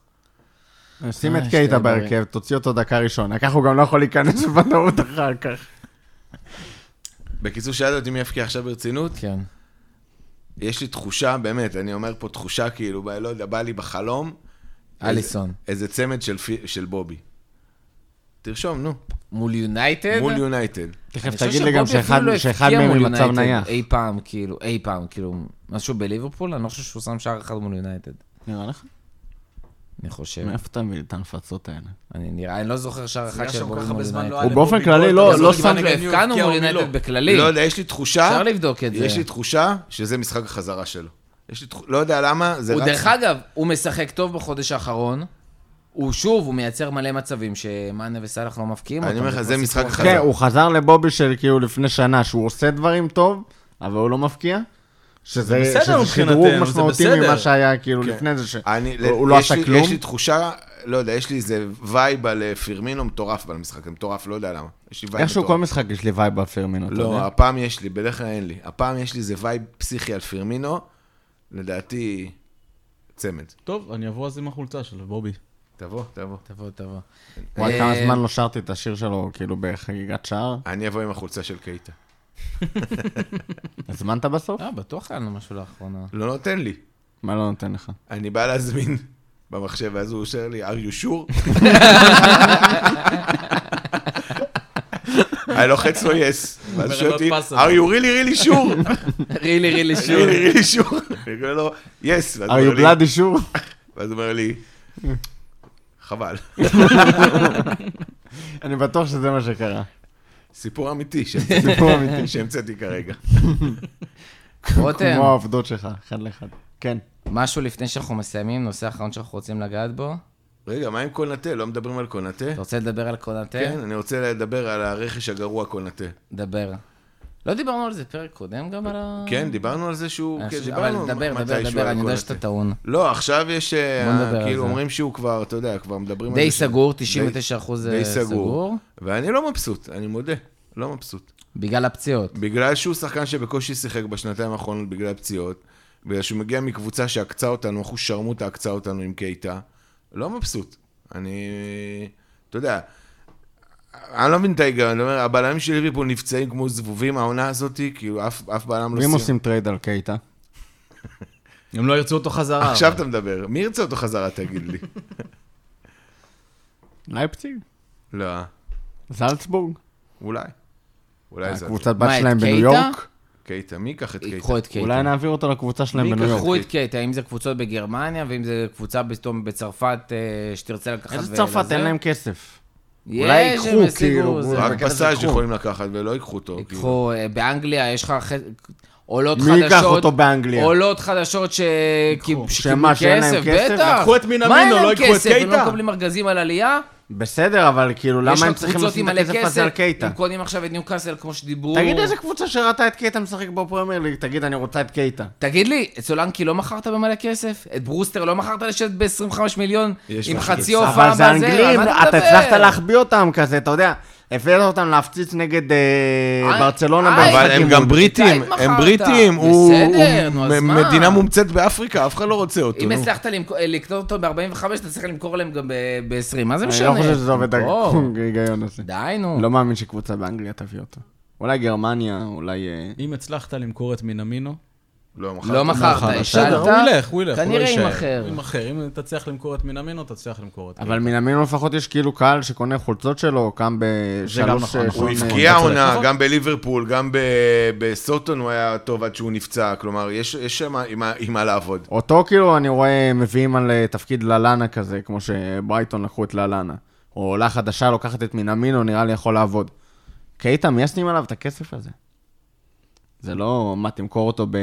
[SPEAKER 2] שים את
[SPEAKER 1] שתי
[SPEAKER 2] קייטה
[SPEAKER 1] דברים.
[SPEAKER 2] בהרכב, תוציא אותו דקה ראשונה, ככה הוא גם לא יכול להיכנס בוודאות אחר כך.
[SPEAKER 3] בקיצור, שאלת אותי מי יפקיע עכשיו ברצינות?
[SPEAKER 1] כן.
[SPEAKER 3] יש לי תחושה, באמת, אני אומר פה תחושה כאילו, ב- לא יודע, בא לי בחלום.
[SPEAKER 1] אליסון.
[SPEAKER 3] איזה- איזה צמד של פי- של בובי. תרשום, נו.
[SPEAKER 1] מול יונייטד?
[SPEAKER 3] מול יונייטד.
[SPEAKER 2] תכף
[SPEAKER 1] אני חושב
[SPEAKER 2] תגיד לי גם
[SPEAKER 1] שבובי
[SPEAKER 2] שאחד
[SPEAKER 1] אפילו לא
[SPEAKER 2] שאחד
[SPEAKER 1] הפקיע
[SPEAKER 2] מהם
[SPEAKER 1] מול
[SPEAKER 2] במצב
[SPEAKER 1] יונייטד
[SPEAKER 2] נייח.
[SPEAKER 1] אי פעם, כאילו, אי פעם, כאילו, משהו בליברפול, אני לא חושב שהוא שם שער אחד מול יונייטד.
[SPEAKER 2] נראה לך?
[SPEAKER 1] אני חושב.
[SPEAKER 2] מאיפה אתה מביא לי את הנפצות האלה?
[SPEAKER 1] אני נראה, אני לא זוכר שער אחד של בובי מול יונייטד.
[SPEAKER 2] היה באופן כללי לא-
[SPEAKER 1] לא
[SPEAKER 2] שם
[SPEAKER 1] שם והפקענו מול יונייטד בכללי.
[SPEAKER 3] לא יודע, יש לי תחושה,
[SPEAKER 1] אפשר לבדוק את זה.
[SPEAKER 3] יש לי תחושה שזה משחק החזרה שלו. יש לי תחושה, לא יודע למה, זה
[SPEAKER 1] הוא
[SPEAKER 3] רץ...
[SPEAKER 1] דרך אגב, הוא משחק טוב בחודש האחרון. הוא שוב, הוא מייצר מלא מצבים שמאנה וסאלח לא מבקיעים אותם.
[SPEAKER 3] אני אומר לך,
[SPEAKER 1] כבר
[SPEAKER 3] זה
[SPEAKER 1] סיפור
[SPEAKER 3] משחק
[SPEAKER 1] אחר.
[SPEAKER 3] חזק.
[SPEAKER 2] כן, הוא חזר לבובי של כאילו לפני שנה, שהוא עושה דברים טוב, אבל הוא לא מפקיע. שזה
[SPEAKER 4] בסדר
[SPEAKER 2] שזה
[SPEAKER 4] מבחינתנו,
[SPEAKER 2] שדרוג
[SPEAKER 4] זה
[SPEAKER 2] משמעותי
[SPEAKER 4] בסדר.
[SPEAKER 2] ממה שהיה כאילו
[SPEAKER 3] כן.
[SPEAKER 2] לפני זה,
[SPEAKER 3] אני-
[SPEAKER 2] שהוא לא
[SPEAKER 3] יש
[SPEAKER 2] עשה
[SPEAKER 3] לי-
[SPEAKER 2] כלום.
[SPEAKER 3] יש לי תחושה לא יודע, יש לי איזה וייב על אה, פרמינו מטורף על המשחק, זה מטורף, לא יודע למה. יש לי וייב
[SPEAKER 2] איכשהו
[SPEAKER 3] מטורף.
[SPEAKER 2] כל משחק יש לי וייב על פרמינו, אתה
[SPEAKER 3] לא,
[SPEAKER 2] יודע?
[SPEAKER 3] הפעם יש לי, בדרך כלל אין לי. הפעם יש לי איזה וייב פסיכי על פרמינו, לדעתי, צמד.
[SPEAKER 4] טוב, אני אבוא אז עם החולצה של בובי.
[SPEAKER 3] תבוא, תבוא.
[SPEAKER 1] כן. תבוא, תבוא.
[SPEAKER 2] וואי, כמה
[SPEAKER 1] אה,
[SPEAKER 2] זמן לא שרתי את השיר שלו, כאילו, בחגיגת שער.
[SPEAKER 3] אני אבוא עם החולצה של קייטה.
[SPEAKER 2] הזמנת בסוף?
[SPEAKER 1] אה, בטוח היה לנו משהו לאחרונה.
[SPEAKER 3] לא נותן לי.
[SPEAKER 2] מה לא נותן לך?
[SPEAKER 3] אני בא להזמין במחשב, ואז הוא אושר לי, are you sure? אני לוחץ לו יס, ואז הוא שואל אותי,
[SPEAKER 4] "Not possible."
[SPEAKER 3] are you really really sure?
[SPEAKER 1] רילי רילי
[SPEAKER 3] really really sure? אני קורא לו, yes, ואז
[SPEAKER 2] are
[SPEAKER 3] הוא אומר
[SPEAKER 2] you
[SPEAKER 3] לי-
[SPEAKER 2] blood אישור?
[SPEAKER 3] ואז הוא אומר לי, חבל.
[SPEAKER 2] אני בטוח שזה מה שקרה.
[SPEAKER 3] סיפור אמיתי שהמצאתי-
[SPEAKER 2] סיפור אמיתי.
[SPEAKER 3] שהמצאתי כרגע.
[SPEAKER 1] רותם,
[SPEAKER 2] כמו העובדות שלך, אחד לאחד. כן.
[SPEAKER 1] משהו לפני שאנחנו מסיימים, נושא אחרון שאנחנו רוצים לגעת בו.
[SPEAKER 3] רגע, מה עם קונאטה? לא מדברים על קונאטה?
[SPEAKER 1] אתה רוצה לדבר על קונאטה?
[SPEAKER 3] כן, אני רוצה לדבר על הרכש הגרוע קונאטה.
[SPEAKER 1] דבר. לא דיברנו על זה פרק קודם גם על ה...
[SPEAKER 3] כן, דיברנו על זה שהוא...
[SPEAKER 1] אני
[SPEAKER 3] כן,
[SPEAKER 1] חושב-
[SPEAKER 3] דיברנו
[SPEAKER 1] אה, אבל דבר, דבר,
[SPEAKER 3] מתישהו
[SPEAKER 1] דבר,
[SPEAKER 3] על
[SPEAKER 1] אני יודע
[SPEAKER 3] קונאטה.
[SPEAKER 1] שאתה טעון.
[SPEAKER 3] לא, עכשיו יש... אה,
[SPEAKER 1] בוא נדבר על
[SPEAKER 3] כאילו
[SPEAKER 1] זה.
[SPEAKER 3] אומרים שהוא כבר, אתה יודע, כבר מדברים על זה.
[SPEAKER 1] די
[SPEAKER 3] ש-
[SPEAKER 1] סגור,
[SPEAKER 3] די-
[SPEAKER 1] 99 אחוז אה,
[SPEAKER 3] די
[SPEAKER 1] סגור.
[SPEAKER 3] ואני לא מבסוט, אני מודה, לא מבסוט.
[SPEAKER 1] בגלל הפציעות.
[SPEAKER 3] בגלל שהוא שחקן שבקושי שיחק בשנתיים האחרונות בגלל הפציעות, בגלל שהוא מגיע מקבוצה שעקצה אותנו, אנחנו שרמוטה עקצה אותנו עם קייטה, לא מבסוט. אני... אתה יודע, אני לא מבין את ההיגיון, אני אומר, הבלמים של ליברפול נפצעים כמו זבובים, העונה הזאת, כאילו אף, אף בלם לא
[SPEAKER 2] ואם עושים טרייד על קייטה?
[SPEAKER 4] הם לא ירצו אותו חזרה.
[SPEAKER 3] עכשיו
[SPEAKER 4] אבל.
[SPEAKER 3] אתה מדבר, מי ירצה אותו חזרה, תגיד לי?
[SPEAKER 2] לייפציג?
[SPEAKER 3] לא,
[SPEAKER 2] זלצבורג?
[SPEAKER 3] אולי. אולי זה...
[SPEAKER 2] הקבוצת בת
[SPEAKER 1] מה, את
[SPEAKER 2] שלהם בניו
[SPEAKER 1] קייטה?
[SPEAKER 2] יורק?
[SPEAKER 3] קייטה, מי ייקח את קייטה?
[SPEAKER 1] ייקחו את קייטה.
[SPEAKER 2] אולי נעביר אותו לקבוצה שלהם
[SPEAKER 1] מי
[SPEAKER 2] בניו יורק.
[SPEAKER 1] ייקחו את קייטה, אם זה קבוצות בגרמניה, ואם זה קבוצה בתום בצרפת אה, שתרצה לקחת
[SPEAKER 2] איזה
[SPEAKER 1] ולזה.
[SPEAKER 2] צרפת אין להם כסף.
[SPEAKER 1] יש,
[SPEAKER 2] אולי
[SPEAKER 1] הם
[SPEAKER 2] ייקחו,
[SPEAKER 1] השיגו
[SPEAKER 2] כאילו,
[SPEAKER 1] זה.
[SPEAKER 2] הוא-
[SPEAKER 3] רק
[SPEAKER 2] בקטע של
[SPEAKER 3] פסאז'
[SPEAKER 2] תחום.
[SPEAKER 3] יכולים לקחת ולא ייקחו אותו. כאילו.
[SPEAKER 1] ייקחו, אה, באנגליה יש לך ח- עולות
[SPEAKER 2] מי
[SPEAKER 1] חדשות.
[SPEAKER 2] ייקח אותו באנגליה?
[SPEAKER 1] עולות חדשות שקיבלו
[SPEAKER 4] ייקחו.
[SPEAKER 2] שמה, שאין להם כסף?
[SPEAKER 1] בטח.
[SPEAKER 4] לקחו את מינמינו,
[SPEAKER 1] מה אין
[SPEAKER 4] לא
[SPEAKER 1] להם
[SPEAKER 4] ייקחו את
[SPEAKER 1] כסף? הם לא
[SPEAKER 4] קייטה?
[SPEAKER 1] מקבלים ארגזים על עלייה?
[SPEAKER 2] בסדר, אבל כאילו,
[SPEAKER 1] יש
[SPEAKER 2] למה
[SPEAKER 1] לך
[SPEAKER 2] הם צריכים
[SPEAKER 1] קבוצות
[SPEAKER 2] לשים
[SPEAKER 1] עם
[SPEAKER 2] את
[SPEAKER 1] מלא
[SPEAKER 2] הכסף הזה על
[SPEAKER 1] כסף?
[SPEAKER 2] קייטה?
[SPEAKER 1] הם קונים עכשיו את ניוקאסל, כמו שדיברו.
[SPEAKER 2] תגיד איזה קבוצה שראתה את קייטה משחק בפרמייר ליג, תגיד, אני רוצה את קייטה.
[SPEAKER 1] תגיד לי, את סולנקי לא מכרת במלא כסף? את ברוסטר לא מכרת לשבת ב-25 מיליון
[SPEAKER 3] יש
[SPEAKER 1] עם
[SPEAKER 3] לך
[SPEAKER 1] חצי
[SPEAKER 3] כסף.
[SPEAKER 1] הופעה
[SPEAKER 2] אבל
[SPEAKER 1] בזה?
[SPEAKER 2] זה אנגלים,
[SPEAKER 1] על מה
[SPEAKER 2] אתה
[SPEAKER 1] מדבר?
[SPEAKER 2] הצלחת להחביא אותם כזה, אתה יודע. הבאת אותם להפציץ נגד אה,
[SPEAKER 1] אה,
[SPEAKER 2] ברצלונה
[SPEAKER 1] אה,
[SPEAKER 3] לא, אבל
[SPEAKER 2] במשחק
[SPEAKER 3] הם
[SPEAKER 2] אימון.
[SPEAKER 3] גם בריטים,
[SPEAKER 1] די,
[SPEAKER 3] הם
[SPEAKER 1] מכרת.
[SPEAKER 3] בריטים, הוא
[SPEAKER 1] בסדר,
[SPEAKER 3] הוא
[SPEAKER 1] נו, אז
[SPEAKER 3] מ-
[SPEAKER 1] מה?
[SPEAKER 3] מדינה מומצאת באפריקה, אף אחד לא רוצה אותו.
[SPEAKER 1] אם
[SPEAKER 3] נו.
[SPEAKER 1] הצלחת למכור- לקנות אותו ב-45, אתה צריך למכור להם גם ב-20, מה זה
[SPEAKER 2] אני
[SPEAKER 1] משנה?
[SPEAKER 2] לא חושב שזה עובד אה,
[SPEAKER 1] בוא,
[SPEAKER 2] ההיגיון הזה.
[SPEAKER 1] די, נו.
[SPEAKER 2] לא מאמין שקבוצה באנגליה תביא אותו. אולי גרמניה, אולי... אה,
[SPEAKER 4] אם הצלחת למכור את מינמינו...
[SPEAKER 3] לא, מחר.
[SPEAKER 1] לא מכרת,
[SPEAKER 4] בסדר,
[SPEAKER 1] השאלת?
[SPEAKER 4] הוא ילך, הוא ילך, הוא לא
[SPEAKER 1] כנראה
[SPEAKER 4] יישאר.
[SPEAKER 1] יימכר.
[SPEAKER 4] הוא יימכר. אם תצליח למכור את מינמינו, תצליח למכור את
[SPEAKER 2] אבל מנעמינו לפחות יש כאילו קהל שקונה חולצות שלו, קם
[SPEAKER 4] גם
[SPEAKER 2] בשלוש...
[SPEAKER 4] נכון,
[SPEAKER 2] אה,
[SPEAKER 3] הוא
[SPEAKER 4] נכון.
[SPEAKER 2] שעות,
[SPEAKER 3] הבקיע
[SPEAKER 4] אתה צודק,
[SPEAKER 3] עונה,
[SPEAKER 4] נכון.
[SPEAKER 3] גם בליברפול, גם ב- בסוטון הוא היה טוב עד שהוא נפצע, כלומר, יש יש שם עם מה- עם מה לעבוד.
[SPEAKER 2] אותו כאילו אני רואה מביאים על אה, תפקיד ללאנה כזה, כמו שברייטון לקחו את ללאנה. או עולה חדשה לוקחת את מנעמינו, נראה לי יכול לעבוד. קייטה, מי ישים עליו את הכסף הזה? זה לא, מה, תמכור אותו ב...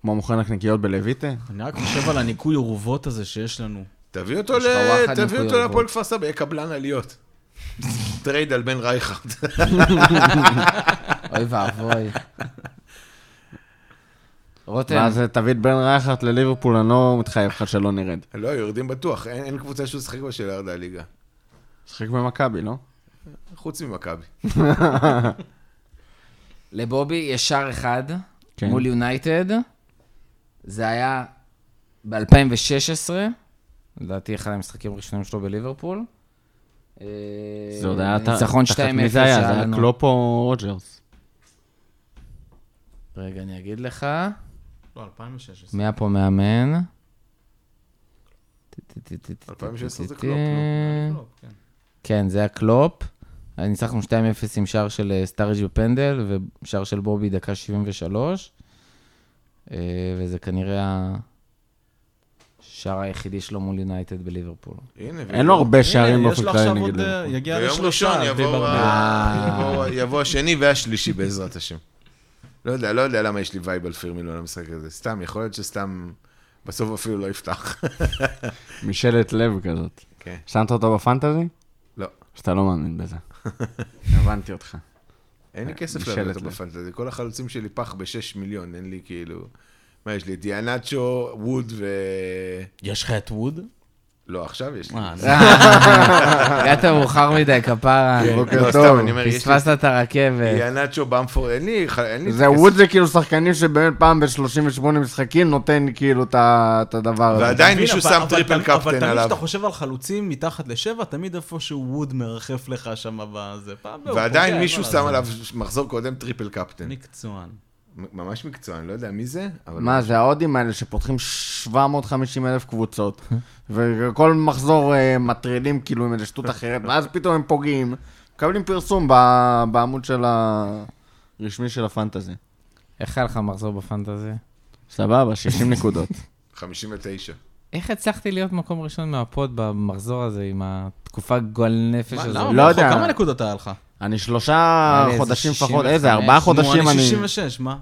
[SPEAKER 2] כמו מוכר נקניקיות בלויטה?
[SPEAKER 4] אני רק חושב על הניקוי אורוות הזה שיש לנו.
[SPEAKER 3] תביא אותו
[SPEAKER 1] יש לך
[SPEAKER 3] ל-
[SPEAKER 1] וואחד
[SPEAKER 3] תביא אותו
[SPEAKER 1] מחויבות.
[SPEAKER 3] להפועל כפר סבא, יהיה קבלן עליות. טרייד על בן רייכרד.
[SPEAKER 1] אוי ואבוי. רותם,
[SPEAKER 2] מה זה, אה, תביא את בן רייכרט לליברפול, אני לא מתחייב לך שלא נרד.
[SPEAKER 3] לא, יורדים בטוח, אין אין קבוצה שהוא שחק בה של ירד הליגה.
[SPEAKER 2] שחק במכבי, לא?
[SPEAKER 3] חוץ ממכבי.
[SPEAKER 1] לבובי יש שער אחד
[SPEAKER 2] כן.
[SPEAKER 1] מול יונייטד. זה היה ב-2016, לדעתי אחד המשחקים הראשונים שלו בליברפול. אה,
[SPEAKER 2] זה עוד היה...
[SPEAKER 1] ניצחון 2-0
[SPEAKER 2] אה, תחת מי זה היה? זה
[SPEAKER 1] שהיה
[SPEAKER 2] היה
[SPEAKER 1] לנו.
[SPEAKER 2] קלופ או רוג'רס?
[SPEAKER 1] רגע, אני אגיד לך.
[SPEAKER 4] לא, 2016.
[SPEAKER 1] מי היה פה מאמן?
[SPEAKER 3] 2016 זה
[SPEAKER 1] טה-
[SPEAKER 3] קלופ,
[SPEAKER 4] לא, כן.
[SPEAKER 1] כן, זה היה קלופ. אז ניצחנו 2-0 עם שער של אה, סטארג' בפנדל, ושער של בובי דקה 73. אה, וזה כנראה השער היחידי שלו מול יונייטד בליברפול.
[SPEAKER 3] הנה,
[SPEAKER 2] אין לו הרבה שערים
[SPEAKER 4] אה, הנה, יש לו
[SPEAKER 2] באופן כללי
[SPEAKER 4] עכשיו
[SPEAKER 2] נגד
[SPEAKER 4] עוד...
[SPEAKER 2] ליברפול.
[SPEAKER 4] אה, יגיע
[SPEAKER 3] ביום
[SPEAKER 4] לשלושה,
[SPEAKER 3] ראשון
[SPEAKER 4] אז די
[SPEAKER 3] יבוא-
[SPEAKER 4] ברביעי.
[SPEAKER 3] יבוא- יבוא השני והשלישי בעזרת השם. לא יודע, לא יודע למה יש לי וייב על פירמינו למשחק הזה. סתם, יכול להיות שסתם, בסוף אפילו לא יפתח.
[SPEAKER 2] משאלת לב כזאת.
[SPEAKER 3] כן.
[SPEAKER 2] שמת אותו בפנטזי?
[SPEAKER 3] לא.
[SPEAKER 2] שאתה לא מאמין בזה. הבנתי אותך.
[SPEAKER 3] אין לי כסף
[SPEAKER 2] משאלת
[SPEAKER 3] להביא אותו
[SPEAKER 2] לב.
[SPEAKER 3] בפנטזי. כל החלוצים שלי פח ב-6 מיליון, אין לי כאילו... מה יש לי? דיאנצ'ו, ווד ו...
[SPEAKER 4] יש לך את ווד?
[SPEAKER 3] לא, עכשיו יש לי.
[SPEAKER 2] אה,
[SPEAKER 4] מה, זה-
[SPEAKER 1] הגעת מאוחר מדי, כפרה.
[SPEAKER 4] כן,
[SPEAKER 2] בוקר
[SPEAKER 4] אוקיי.
[SPEAKER 3] לא,
[SPEAKER 2] טוב.
[SPEAKER 3] סתם, אני אומר, יש לי...
[SPEAKER 1] פספסת את הרכבת.
[SPEAKER 3] ינאצ'ו במפורד, אין לי... ח- אין לי
[SPEAKER 2] זה
[SPEAKER 3] כסף.
[SPEAKER 2] ווד זה כאילו שחקנים שבאמת פעם ב-38 משחקים נותן כאילו את ה- את הדבר הזה.
[SPEAKER 3] ועדיין מישהו
[SPEAKER 4] אבל-
[SPEAKER 3] שם
[SPEAKER 4] אבל-
[SPEAKER 3] טריפל
[SPEAKER 4] אבל- אבל
[SPEAKER 3] קפטן
[SPEAKER 4] תמיד
[SPEAKER 3] עליו.
[SPEAKER 4] כשאתה חושב על חלוצים מתחת לשבע, תמיד איפשהו ווד מרחף לך שם בזה. פעם ב- הוא
[SPEAKER 3] ועדיין
[SPEAKER 4] פוגע,
[SPEAKER 3] מישהו
[SPEAKER 4] מה
[SPEAKER 3] שם
[SPEAKER 4] זה?
[SPEAKER 3] עליו ש- מחזור קודם טריפל קפטן.
[SPEAKER 4] מקצוען.
[SPEAKER 3] מ- ממש מקצוען, לא יודע מי זה, אבל...
[SPEAKER 2] מה, זה ההודים האלה שפותחים 750 אלף קבוצות, וכל מחזור אה, מטרידים כאילו עם איזה שטות אחרת, ואז פתאום הם פוגעים, מקבלים פרסום ב- בעמוד של הרשמי של הפנטזי.
[SPEAKER 1] איך היה לך מחזור בפנטזיה?
[SPEAKER 2] סבבה, 60 נקודות.
[SPEAKER 3] 59.
[SPEAKER 1] איך הצלחתי להיות מקום ראשון מהפוד במחזור הזה עם התקופה גועל נפש
[SPEAKER 4] מה,
[SPEAKER 1] הזו?
[SPEAKER 4] למה?
[SPEAKER 2] לא
[SPEAKER 4] ברחוב?
[SPEAKER 2] יודע.
[SPEAKER 4] כמה נקודות היה לך?
[SPEAKER 2] אני שלושה
[SPEAKER 1] אני איזה
[SPEAKER 2] חודשים
[SPEAKER 1] 65.
[SPEAKER 2] לפחות, איזה, ארבעה
[SPEAKER 1] נו,
[SPEAKER 4] נו,
[SPEAKER 2] חודשים
[SPEAKER 4] אני
[SPEAKER 2] אני...
[SPEAKER 4] 66, מה?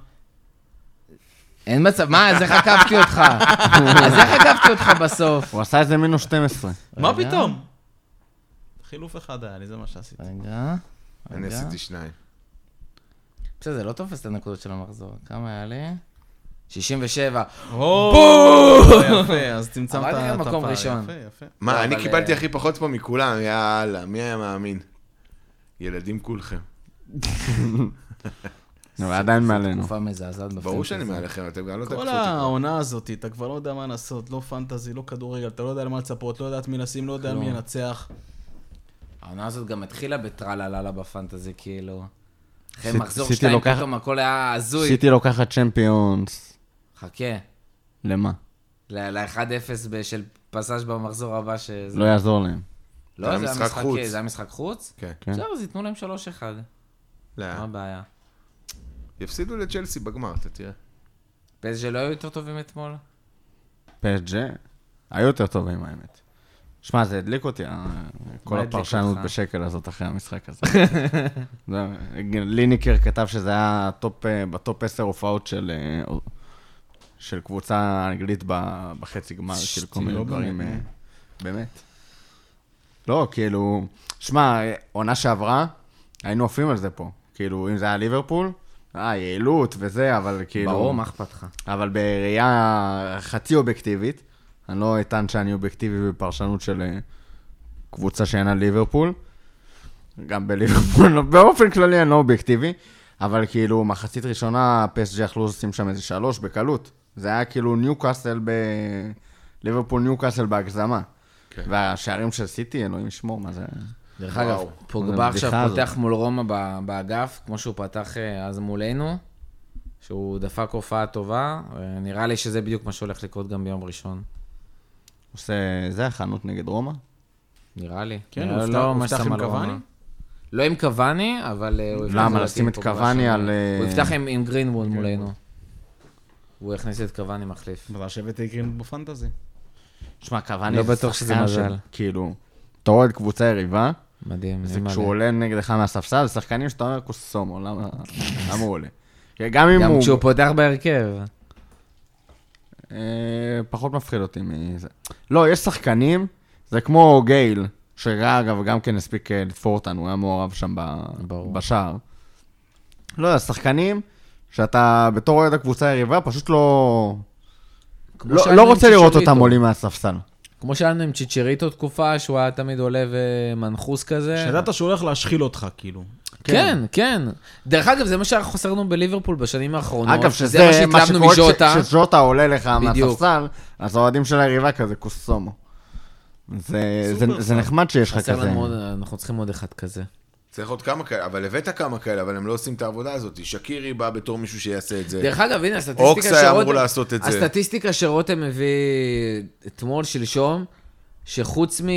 [SPEAKER 1] אין מצב, מה, אז איך עקפתי אותך? אז איך עקפתי אותך בסוף?
[SPEAKER 2] הוא עשה איזה מינוס 12.
[SPEAKER 4] מה
[SPEAKER 1] רגע.
[SPEAKER 4] פתאום? חילוף אחד היה לי, זה מה שעשיתי.
[SPEAKER 1] רגע.
[SPEAKER 3] אני
[SPEAKER 1] רגע.
[SPEAKER 3] עשיתי שניים.
[SPEAKER 1] בסדר, זה לא תופס את הנקודות של המחזור. כמה היה לי? 67.
[SPEAKER 4] או, יפה, אז תמצמת
[SPEAKER 1] אבל
[SPEAKER 4] את
[SPEAKER 1] גם מקום
[SPEAKER 4] הפער.
[SPEAKER 1] ראשון.
[SPEAKER 4] יפה, יפה.
[SPEAKER 1] לא,
[SPEAKER 3] מה, אני
[SPEAKER 1] אבל,
[SPEAKER 3] קיבלתי
[SPEAKER 1] אה,
[SPEAKER 3] הכי פחות פה מכולם, יאללה, מי היה מאמין? ילדים כולכם.
[SPEAKER 2] נו, ועדיין מעלינו.
[SPEAKER 1] תקופה מזעזעת בפנטזיה.
[SPEAKER 3] ברור שאני מעליכם, אתם גם לא תקפו
[SPEAKER 4] כל
[SPEAKER 3] אותי.
[SPEAKER 4] העונה הזאת, אתה כבר לא יודע מה לעשות, לא פנטזי, לא כדורגל, אתה לא יודע למה לצפות, לא יודע את מי לשים, לא יודע מי ינצח.
[SPEAKER 1] העונה הזאת גם התחילה בטרללה בפנטזי, כאילו. אחרי
[SPEAKER 2] סי-
[SPEAKER 1] מחזור
[SPEAKER 2] סיטי
[SPEAKER 1] שתיים,
[SPEAKER 2] לוקח-
[SPEAKER 1] פתאום הכל היה הזוי.
[SPEAKER 2] סיטי לוקחת צ'מפיונס.
[SPEAKER 1] חכה.
[SPEAKER 2] למה?
[SPEAKER 1] ל-1-0 של פסאז' במחזור הבא, שזה...
[SPEAKER 2] לא יעזור להם.
[SPEAKER 1] לא,
[SPEAKER 3] זה
[SPEAKER 1] זה
[SPEAKER 3] היה
[SPEAKER 1] היה
[SPEAKER 3] משחק
[SPEAKER 1] משחק
[SPEAKER 3] חוץ.
[SPEAKER 1] זה היה משחק חוץ?
[SPEAKER 3] כן.
[SPEAKER 2] כן.
[SPEAKER 1] זהו, אז ייתנו להם 3-1.
[SPEAKER 3] לא,
[SPEAKER 1] מה הבעיה?
[SPEAKER 3] יפסידו לצ'לסי בגמר, אתה תראה.
[SPEAKER 1] באיזה שלא היו יותר טובים אתמול?
[SPEAKER 2] פסג' היו יותר טובים האמת. שמע, זה הדליק אותי, אה, כל
[SPEAKER 1] הדליק
[SPEAKER 2] הפרשנות
[SPEAKER 1] אותך?
[SPEAKER 2] בשקל הזאת אחרי המשחק הזה. זה- ליניקר כתב שזה היה הטופ, אה, בטופ 10 הופעות של, אה, של קבוצה אנגלית ב- בחצי גמר, של כל מיני
[SPEAKER 4] לא
[SPEAKER 2] דברים. אה, באמת. לא, כאילו, שמע, אה, עונה שעברה, היינו עפים על זה פה. כאילו, אם זה היה ליברפול, אה, יעילות וזה, אבל כאילו...
[SPEAKER 1] ברור, מה אכפת לך?
[SPEAKER 2] אבל בראייה חצי אובייקטיבית, אני לא אטען שאני אובייקטיבי בפרשנות של אה, קבוצה שאינה ליברפול. גם בליברפול, לא- באופן כללי אני לא אובייקטיבי, אבל כאילו, מחצית ראשונה, פסג'י יכלו לשים שם איזה שלוש בקלות. זה היה כאילו ניוקאסל ב... ליברפול ניוקאסל בהגזמה.
[SPEAKER 3] כן.
[SPEAKER 2] והשערים של סיטי, אלוהים ישמור, מה זה...
[SPEAKER 1] דרך אגב,
[SPEAKER 3] וואו,
[SPEAKER 1] פוגבה
[SPEAKER 2] הבדיחה
[SPEAKER 1] עכשיו
[SPEAKER 2] הזאת.
[SPEAKER 1] פותח מול רומא ב- באגף, כמו שהוא פתח אה, אז מולנו, שהוא דפק הופעה טובה, אה, נראה לי שזה בדיוק מה שהולך לקרות גם ביום ראשון,
[SPEAKER 2] עושה... זה החנות נגד רומא?
[SPEAKER 1] נראה לי.
[SPEAKER 4] כן,
[SPEAKER 1] נראה
[SPEAKER 4] הוא
[SPEAKER 1] לי
[SPEAKER 4] הובטח-
[SPEAKER 1] ממש
[SPEAKER 4] הובטח
[SPEAKER 1] שם
[SPEAKER 4] עם
[SPEAKER 1] על רומא.
[SPEAKER 4] קוואני?
[SPEAKER 1] לא עם קוואני, אבל אה, הוא הבטיח...
[SPEAKER 2] למה?
[SPEAKER 1] לדעתי
[SPEAKER 2] לשים
[SPEAKER 1] עם
[SPEAKER 2] את
[SPEAKER 1] פוגבה
[SPEAKER 2] קוואני
[SPEAKER 1] שם.
[SPEAKER 2] על, אה,
[SPEAKER 1] הוא הבטיח עם עם גרינווד
[SPEAKER 4] כן.
[SPEAKER 1] מולנו. הוא הכניס את קוואני מחליף.
[SPEAKER 4] אבל השבט הגרין בפנטזי.
[SPEAKER 2] שמע, קוואני
[SPEAKER 1] לא
[SPEAKER 2] זה
[SPEAKER 1] בטוח שזה
[SPEAKER 2] שחקן
[SPEAKER 1] מזל.
[SPEAKER 2] של- כאילו, אתה רואה את קבוצה יריבה,
[SPEAKER 1] מדהים,
[SPEAKER 2] זה
[SPEAKER 1] אין מה
[SPEAKER 2] כשהוא
[SPEAKER 1] לה-
[SPEAKER 2] עולה נגדך מהספסל, זה שחקנים שאתה אומר קוסומו, למה למה הוא עולה? כי גם אם
[SPEAKER 1] גם
[SPEAKER 2] הוא...
[SPEAKER 1] כשהוא פותח בהרכב.
[SPEAKER 2] אה, פחות מפחיד אותי מזה. לא, יש שחקנים, זה כמו גייל, שאגב, גם כן הספיק אה, לתפור אותנו, הוא היה מעורב שם ב-
[SPEAKER 1] ברור.
[SPEAKER 2] בשער. לא יודע, שחקנים שאתה בתור אוהד הקבוצה היריבה, פשוט לא...
[SPEAKER 1] כמו
[SPEAKER 2] לא
[SPEAKER 1] שהיה
[SPEAKER 2] לא
[SPEAKER 1] לנו עם
[SPEAKER 2] רוצה לראות
[SPEAKER 1] צ'יצ'ריטו.
[SPEAKER 2] אותם עולים מהספסל.
[SPEAKER 1] כמו שהיה לנו עם צ'יצ'ריטו תקופה, שהוא היה תמיד עולה ומנחוס כזה.
[SPEAKER 4] שידעת שהוא הולך להשחיל אותך, כאילו.
[SPEAKER 1] כן, כן. דרך אגב, זה מה שהיה חסר לנו בליברפול בשנים האחרונות.
[SPEAKER 2] אגב,
[SPEAKER 1] זה
[SPEAKER 2] שזה
[SPEAKER 1] מה
[SPEAKER 2] מה
[SPEAKER 1] שהתלהבנו
[SPEAKER 2] שקורה
[SPEAKER 1] מז'וטה.
[SPEAKER 2] כש- כשז'וטה עולה לך
[SPEAKER 1] בדיוק.
[SPEAKER 2] מהספסל, אז האוהדים של היריבה כזה קוסומו. זה, זה, זה נחמד שיש לך
[SPEAKER 1] חסר
[SPEAKER 2] כזה.
[SPEAKER 1] לנו עוד, אנחנו צריכים עוד אחד כזה.
[SPEAKER 3] צריך עוד כמה כאלה, אבל הבאת כמה כאלה, אבל הם לא עושים את העבודה הזאת. שקירי בא בתור מישהו שיעשה את זה.
[SPEAKER 1] דרך אגב, הנה, הסטטיסטיקה שרותם...
[SPEAKER 3] אוקס היה אמור לעשות את זה.
[SPEAKER 1] הסטטיסטיקה שרותם הביא אתמול, שלשום, שחוץ מ...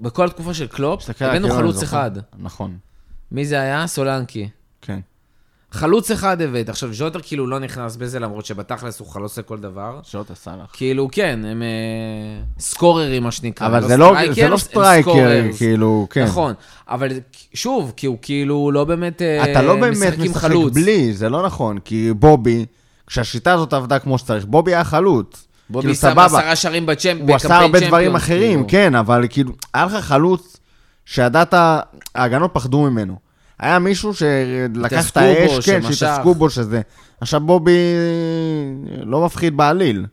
[SPEAKER 1] בכל התקופה של קלופ,
[SPEAKER 2] תסתכל על
[SPEAKER 1] הבאנו
[SPEAKER 2] הקיום,
[SPEAKER 1] חלוץ
[SPEAKER 2] זוכר.
[SPEAKER 1] אחד.
[SPEAKER 2] נכון,
[SPEAKER 1] מי זה היה? סולנקי.
[SPEAKER 2] כן.
[SPEAKER 1] חלוץ אחד הבאת. עכשיו, ז'וטה כאילו לא נכנס בזה, למרות שבתכלס הוא חלוץ לכל דבר.
[SPEAKER 2] ז'וטה סאלח.
[SPEAKER 1] כאילו, כן, הם אה, סקוררים, מה שנקרא.
[SPEAKER 2] אבל זה לא, זה לא
[SPEAKER 1] הם
[SPEAKER 2] סטרייקר,
[SPEAKER 1] סקוררס.
[SPEAKER 2] כאילו, כן.
[SPEAKER 1] נכון, אבל שוב, כי הוא כאילו לא באמת אה,
[SPEAKER 2] אתה לא באמת
[SPEAKER 1] עם
[SPEAKER 2] משחק
[SPEAKER 1] חלוץ.
[SPEAKER 2] בלי, זה לא נכון, כי בובי, כשהשיטה הזאת עבדה כמו שצריך, בובי היה חלוץ.
[SPEAKER 1] בובי
[SPEAKER 2] כאילו,
[SPEAKER 1] שם
[SPEAKER 2] סבבה.
[SPEAKER 1] עשרה שערים בצ'מפ,
[SPEAKER 2] הוא עשה הרבה דברים
[SPEAKER 1] צ'מפיונס,
[SPEAKER 2] אחרים,
[SPEAKER 1] כאילו.
[SPEAKER 2] כן, אבל כאילו, היה לך חלוץ שידעת, ההגנות פחדו ממנו. היה מישהו שלקח את
[SPEAKER 1] התעסקו בו,
[SPEAKER 2] האש, כן,
[SPEAKER 1] שמשך.
[SPEAKER 2] שהתעסקו בו, שזה. עכשיו בובי לא מפחיד בעליל.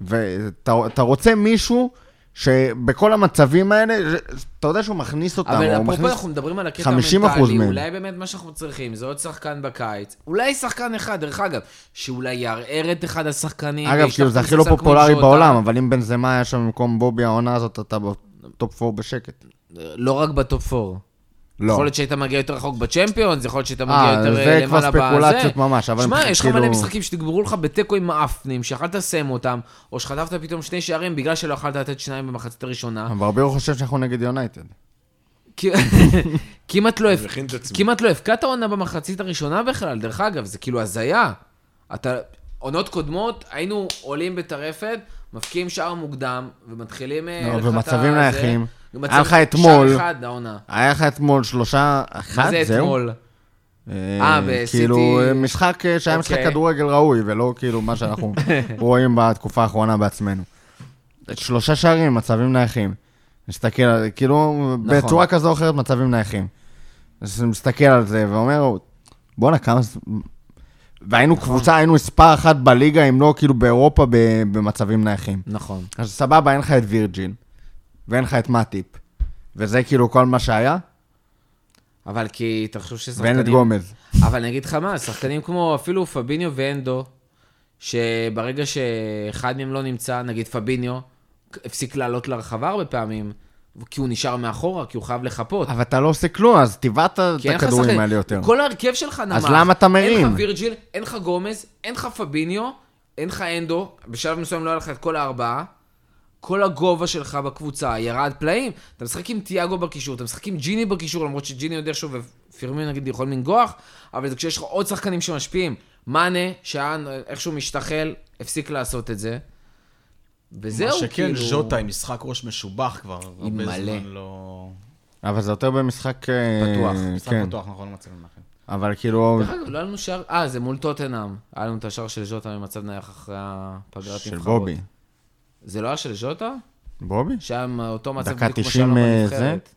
[SPEAKER 2] ואתה אתה רוצה מישהו שבכל המצבים האלה, זה- אתה יודע שהוא מכניס אותם,
[SPEAKER 1] אבל
[SPEAKER 2] הוא
[SPEAKER 1] אפרופו
[SPEAKER 2] מכניס...
[SPEAKER 1] אנחנו מדברים על הקטע
[SPEAKER 2] 50%
[SPEAKER 1] המנטלי,
[SPEAKER 2] מהם.
[SPEAKER 1] אולי באמת מה שאנחנו צריכים זה עוד שחקן בקיץ, אולי שחקן אחד, דרך אגב, שאולי יערער את אחד השחקנים.
[SPEAKER 2] אגב,
[SPEAKER 1] וישלח
[SPEAKER 2] כאילו זה הכי לא
[SPEAKER 1] קבוצה כמו
[SPEAKER 2] פופולרי
[SPEAKER 1] ז'וטה.
[SPEAKER 2] בעולם, אבל אם בנזמה היה שם במקום בובי העונה הזאת, אתה בטופ 4 בשקט.
[SPEAKER 1] לא רק בטופ 4.
[SPEAKER 2] לא.
[SPEAKER 1] יכול להיות שהיית מגיע יותר רחוק בצ'מפיונס, יכול להיות שהיית
[SPEAKER 2] אה,
[SPEAKER 1] מגיע יותר
[SPEAKER 2] זה
[SPEAKER 1] אה,
[SPEAKER 2] כבר
[SPEAKER 1] למעלה בזה.
[SPEAKER 2] ספקולציות ממש, אבל
[SPEAKER 1] שמע,
[SPEAKER 2] הם
[SPEAKER 1] יש לך
[SPEAKER 2] כאילו-
[SPEAKER 1] מלא משחקים שתגברו לך בתיקו עם מאפנים, שיכלת לסיים אותם, או שחטפת פתאום שני שערים בגלל שלא יכלת לתת שניים במחצית הראשונה.
[SPEAKER 2] ברבירו לא חושב שאנחנו נגד יונייטד.
[SPEAKER 1] כי- כמעט לא הפ-
[SPEAKER 3] מכין את עצמי.
[SPEAKER 1] כמעט לא הבקעת עונה במחצית הראשונה בכלל, דרך אגב, זה כאילו הזיה. אתה... עונות קודמות, היינו עולים בטרפת, מבקיעים שער מוקדם, ומתחילים... אה,
[SPEAKER 2] נו,
[SPEAKER 1] לך את
[SPEAKER 2] ומצבים
[SPEAKER 1] הזה.
[SPEAKER 2] נייחים.
[SPEAKER 1] ומצב-
[SPEAKER 2] היה לך אתמול-
[SPEAKER 1] שער אחד העונה.
[SPEAKER 2] היה לך אתמול שלושה,
[SPEAKER 1] מה
[SPEAKER 2] אחד,
[SPEAKER 1] זה
[SPEAKER 2] זהו.
[SPEAKER 1] אתמול?
[SPEAKER 2] אה,
[SPEAKER 1] בסיטי-
[SPEAKER 2] כאילו, אה, משחק אה, שהיה משחק
[SPEAKER 1] אוקיי.
[SPEAKER 2] כדורגל ראוי, ולא כאילו מה שאנחנו רואים בתקופה האחרונה בעצמנו. שלושה שערים, מצבים נייחים. מסתכל על זה, כאילו,
[SPEAKER 1] נכון.
[SPEAKER 2] בצורה כזו או אחרת, מצבים נייחים. אז אני מסתכל על זה ואומר, בואנה, כמה... ז- והיינו
[SPEAKER 1] נכון.
[SPEAKER 2] קבוצה, היינו מספר אחת בליגה, אם לא כאילו באירופה, ב- במצבים נייחים.
[SPEAKER 1] נכון.
[SPEAKER 2] אז סבבה, אין לך את וירג'יל, ואין לך את מאטיפ, וזה כאילו כל מה שהיה,
[SPEAKER 1] אבל כי תחשוב ששחקנים...
[SPEAKER 2] ואין את גומז.
[SPEAKER 1] אבל אני אגיד לך מה, שחקנים כמו אפילו פביניו ואנדו, שברגע שאחד מהם לא נמצא, נגיד פביניו, הפסיק לעלות לרחבה הרבה פעמים, כי הוא נשאר מאחורה, כי הוא חייב לחפות.
[SPEAKER 2] אבל אתה לא עושה כלום, אז טבעת את
[SPEAKER 1] כי אין לך
[SPEAKER 2] הכדורים
[SPEAKER 1] שחקנים.
[SPEAKER 2] האלה יותר.
[SPEAKER 1] כל ההרכב שלך נמך.
[SPEAKER 2] אז למה אתה
[SPEAKER 1] אין לך
[SPEAKER 2] מרים?
[SPEAKER 1] וירג'יל, אין לך גומז, אין לך פביניו, אין לך אנדו, בשלב מסוים לא היה לך את כל הארבעה. כל הגובה שלך בקבוצה ירד פלאים. אתה משחק עם תיאגו בקישור, אתה משחק עם ג'יני בקישור, למרות שג'יני יודע שהוא ופירמין נגיד יכול לנגוח, אבל זה כשיש לך עוד שחקנים שמשפיעים. מאנה, שהיה איכשהו משתחל, הפסיק לעשות את זה. וזהו,
[SPEAKER 4] מה שכן,
[SPEAKER 1] כאילו...
[SPEAKER 4] ז'וטה עם משחק ראש משובח כבר. הרבה
[SPEAKER 1] מלא.
[SPEAKER 4] זמן לא...
[SPEAKER 2] אבל זה יותר במשחק... אה,
[SPEAKER 1] פתוח,
[SPEAKER 4] משחק
[SPEAKER 2] כן.
[SPEAKER 4] פתוח, נכון, מצבים לכם.
[SPEAKER 2] אבל כאילו,
[SPEAKER 1] דרך אגב, לא היה לנו שער, אה, זה מול טוטנאם. היה לנו את השער של ז'וטה ממצב נייח אחרי הפגרת
[SPEAKER 2] של
[SPEAKER 1] נבחרות.
[SPEAKER 2] בובי.
[SPEAKER 1] זה לא היה של ז'וטה?
[SPEAKER 2] בובי?
[SPEAKER 1] שהיה עם אותו מצב
[SPEAKER 2] דקה
[SPEAKER 1] בדיוק כמו
[SPEAKER 2] 90,
[SPEAKER 1] שהיה לו
[SPEAKER 2] אה,
[SPEAKER 1] בנבחרת.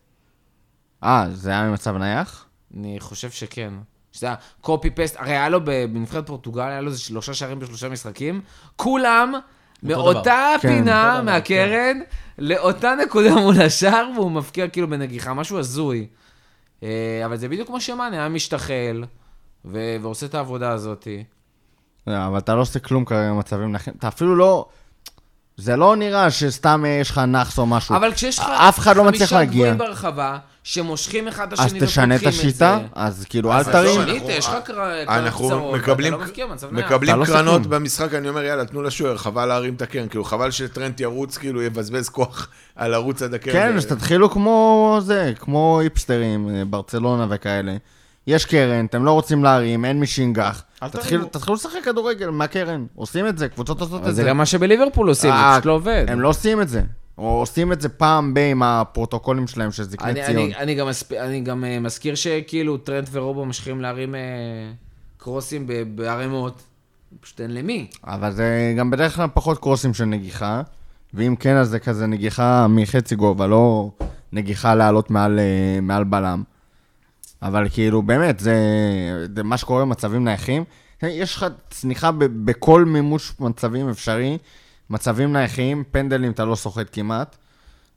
[SPEAKER 2] אה, זה היה ממצב נייח?
[SPEAKER 1] אני חושב שכן. שזה היה קופי פסט, הרי היה לו בנבחרת פורטוגל, היה לו איזה שלושה שערים בשלושה משחקים. כולם מאותה
[SPEAKER 2] כן,
[SPEAKER 1] פינה
[SPEAKER 4] אותו דבר,
[SPEAKER 1] מהקרן, לאותה נקודה מול השער, והוא מבקיע כאילו בנגיחה, משהו הזוי. אה, אבל זה בדיוק כמו שמאנה, היה משתחל, ו- ועושה את העבודה הזאתי.
[SPEAKER 2] לא, אבל אתה לא עושה כלום כרגע במצבים נייחים. אתה אפילו לא... זה לא נראה שסתם אה, יש לך נאחס או משהו.
[SPEAKER 1] אבל כשיש לך
[SPEAKER 2] אף אחד לא מצליח
[SPEAKER 1] חמישה
[SPEAKER 2] להגיע.
[SPEAKER 1] גבוהים ברחבה, שמושכים אחד את
[SPEAKER 2] אז
[SPEAKER 1] השני
[SPEAKER 2] תשנה את
[SPEAKER 1] ופותחים
[SPEAKER 2] השיטה,
[SPEAKER 1] זה. לא-
[SPEAKER 2] אז כאילו אל
[SPEAKER 3] אז עזוב,
[SPEAKER 2] תרים.
[SPEAKER 3] אנחנו-
[SPEAKER 1] שינית, יש לך קר- קרנות קצרות,
[SPEAKER 3] אנחנו
[SPEAKER 1] ואתה
[SPEAKER 3] מקבלים-
[SPEAKER 1] לא מבקיע במצב נייח.
[SPEAKER 2] אתה
[SPEAKER 3] מקבלים
[SPEAKER 2] לא עושה
[SPEAKER 3] קרנות
[SPEAKER 2] כלום.
[SPEAKER 3] במשחק, אני אומר, יאללה, תנו לשוער, חבל להרים את הקרן. כאילו, חבל שטרנט ירוץ, כאילו, יבזבז כוח על לרוץ עד הקרן.
[SPEAKER 2] כן, אז תתחילו כמו זה, כמו היפסטרים, אה, ברצלונה וכאלה. יש קרן, אתם לא רוצים להרים, אין מי שינגח.
[SPEAKER 4] אל
[SPEAKER 2] תתחילו-
[SPEAKER 4] תרימו.
[SPEAKER 2] תתחילו לשחק כדורגל מהקרן. עושים את זה, קבוצות עושות
[SPEAKER 1] אבל
[SPEAKER 2] את
[SPEAKER 1] זה
[SPEAKER 2] זה.
[SPEAKER 1] גם מה שבליברפול עושים, זה
[SPEAKER 2] אה,
[SPEAKER 1] פשוט לא עובד.
[SPEAKER 2] הם לא עושים את זה. או עושים את זה פעם ב... עם הפרוטוקולים שלהם של זקני
[SPEAKER 1] אני-
[SPEAKER 2] ציון.
[SPEAKER 1] אני- אני גם מספ- אני גם אה, מזכיר שכאילו טרנט ורובו ממשיכים להרים אה, קרוסים ב- בערימות. פשוט אין למי.
[SPEAKER 2] אבל זה גם בדרך כלל פחות קרוסים של נגיחה, ואם כן, אז זה כזה נגיחה מחצי גובה, לא נגיחה לעלות מעל, אה, מעל בלם. אבל כאילו, באמת, זה, זה מה שקורה במצבים נייחים. יש לך צניחה ב- בכל מימוש מצבים אפשרי, מצבים נייחים, פנדלים אתה לא סוחט כמעט.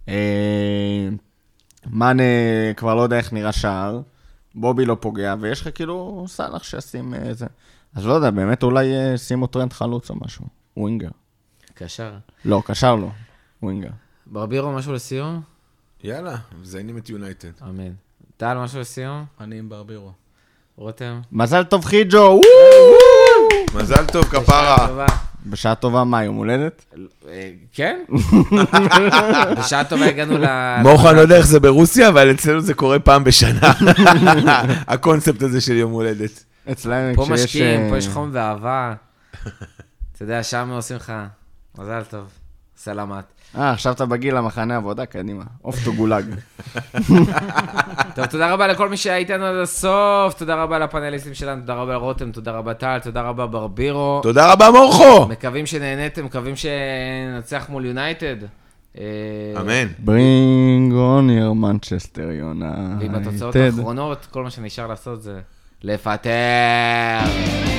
[SPEAKER 2] אה, מאנה כבר לא יודע איך נראה שער, בובי לא פוגע, ויש לך כאילו סאלח שישים אה, זה. אז לא יודע, באמת אולי אה, שימו טרנד חלוץ או משהו. ווינגר.
[SPEAKER 1] קשר.
[SPEAKER 2] לא, קשר לא. ווינגר.
[SPEAKER 1] ברבירו, משהו לסיום?
[SPEAKER 3] יאללה, מזיינים את יונייטד.
[SPEAKER 1] אמן. טל, משהו לסיום?
[SPEAKER 4] אני עם ברבירו.
[SPEAKER 1] רותם?
[SPEAKER 2] מזל טוב חיג'ו! וואו!
[SPEAKER 3] מזל טוב,
[SPEAKER 2] אה.
[SPEAKER 1] בשעה
[SPEAKER 3] כפרה.
[SPEAKER 1] טובה.
[SPEAKER 2] בשעה טובה, מה, יום הולדת?
[SPEAKER 1] אה, כן? בשעה טובה הגענו ל...
[SPEAKER 3] מוחן לא יודע איך זה ברוסיה, אבל אצלנו זה קורה פעם בשנה. הקונספט הזה של יום הולדת.
[SPEAKER 2] אצלנו
[SPEAKER 1] פה
[SPEAKER 2] כשיש...
[SPEAKER 1] משקיעים,
[SPEAKER 2] אה,
[SPEAKER 1] פה יש חום ואהבה. אתה יודע, שם עושים לך, מזל טוב, סלמת.
[SPEAKER 2] אה, עכשיו אתה בגיל המחנה עבודה, קדימה. עוף תוגולג.
[SPEAKER 1] טוב, תודה רבה לכל מי שהיה איתנו עד הסוף, תודה רבה לפאנליסטים שלנו, תודה רבה רותם, תודה רבה טל, תודה רבה ברבירו.
[SPEAKER 3] תודה רבה, מורכו!
[SPEAKER 1] מקווים שנהניתם, מקווים שננצח מול יונייטד. אה,
[SPEAKER 3] אמן.
[SPEAKER 2] ברינג אוניר מנצ'סטר יונה.
[SPEAKER 1] ועם התוצאות האחרונות, כל מה שנשאר לעשות זה לפטר.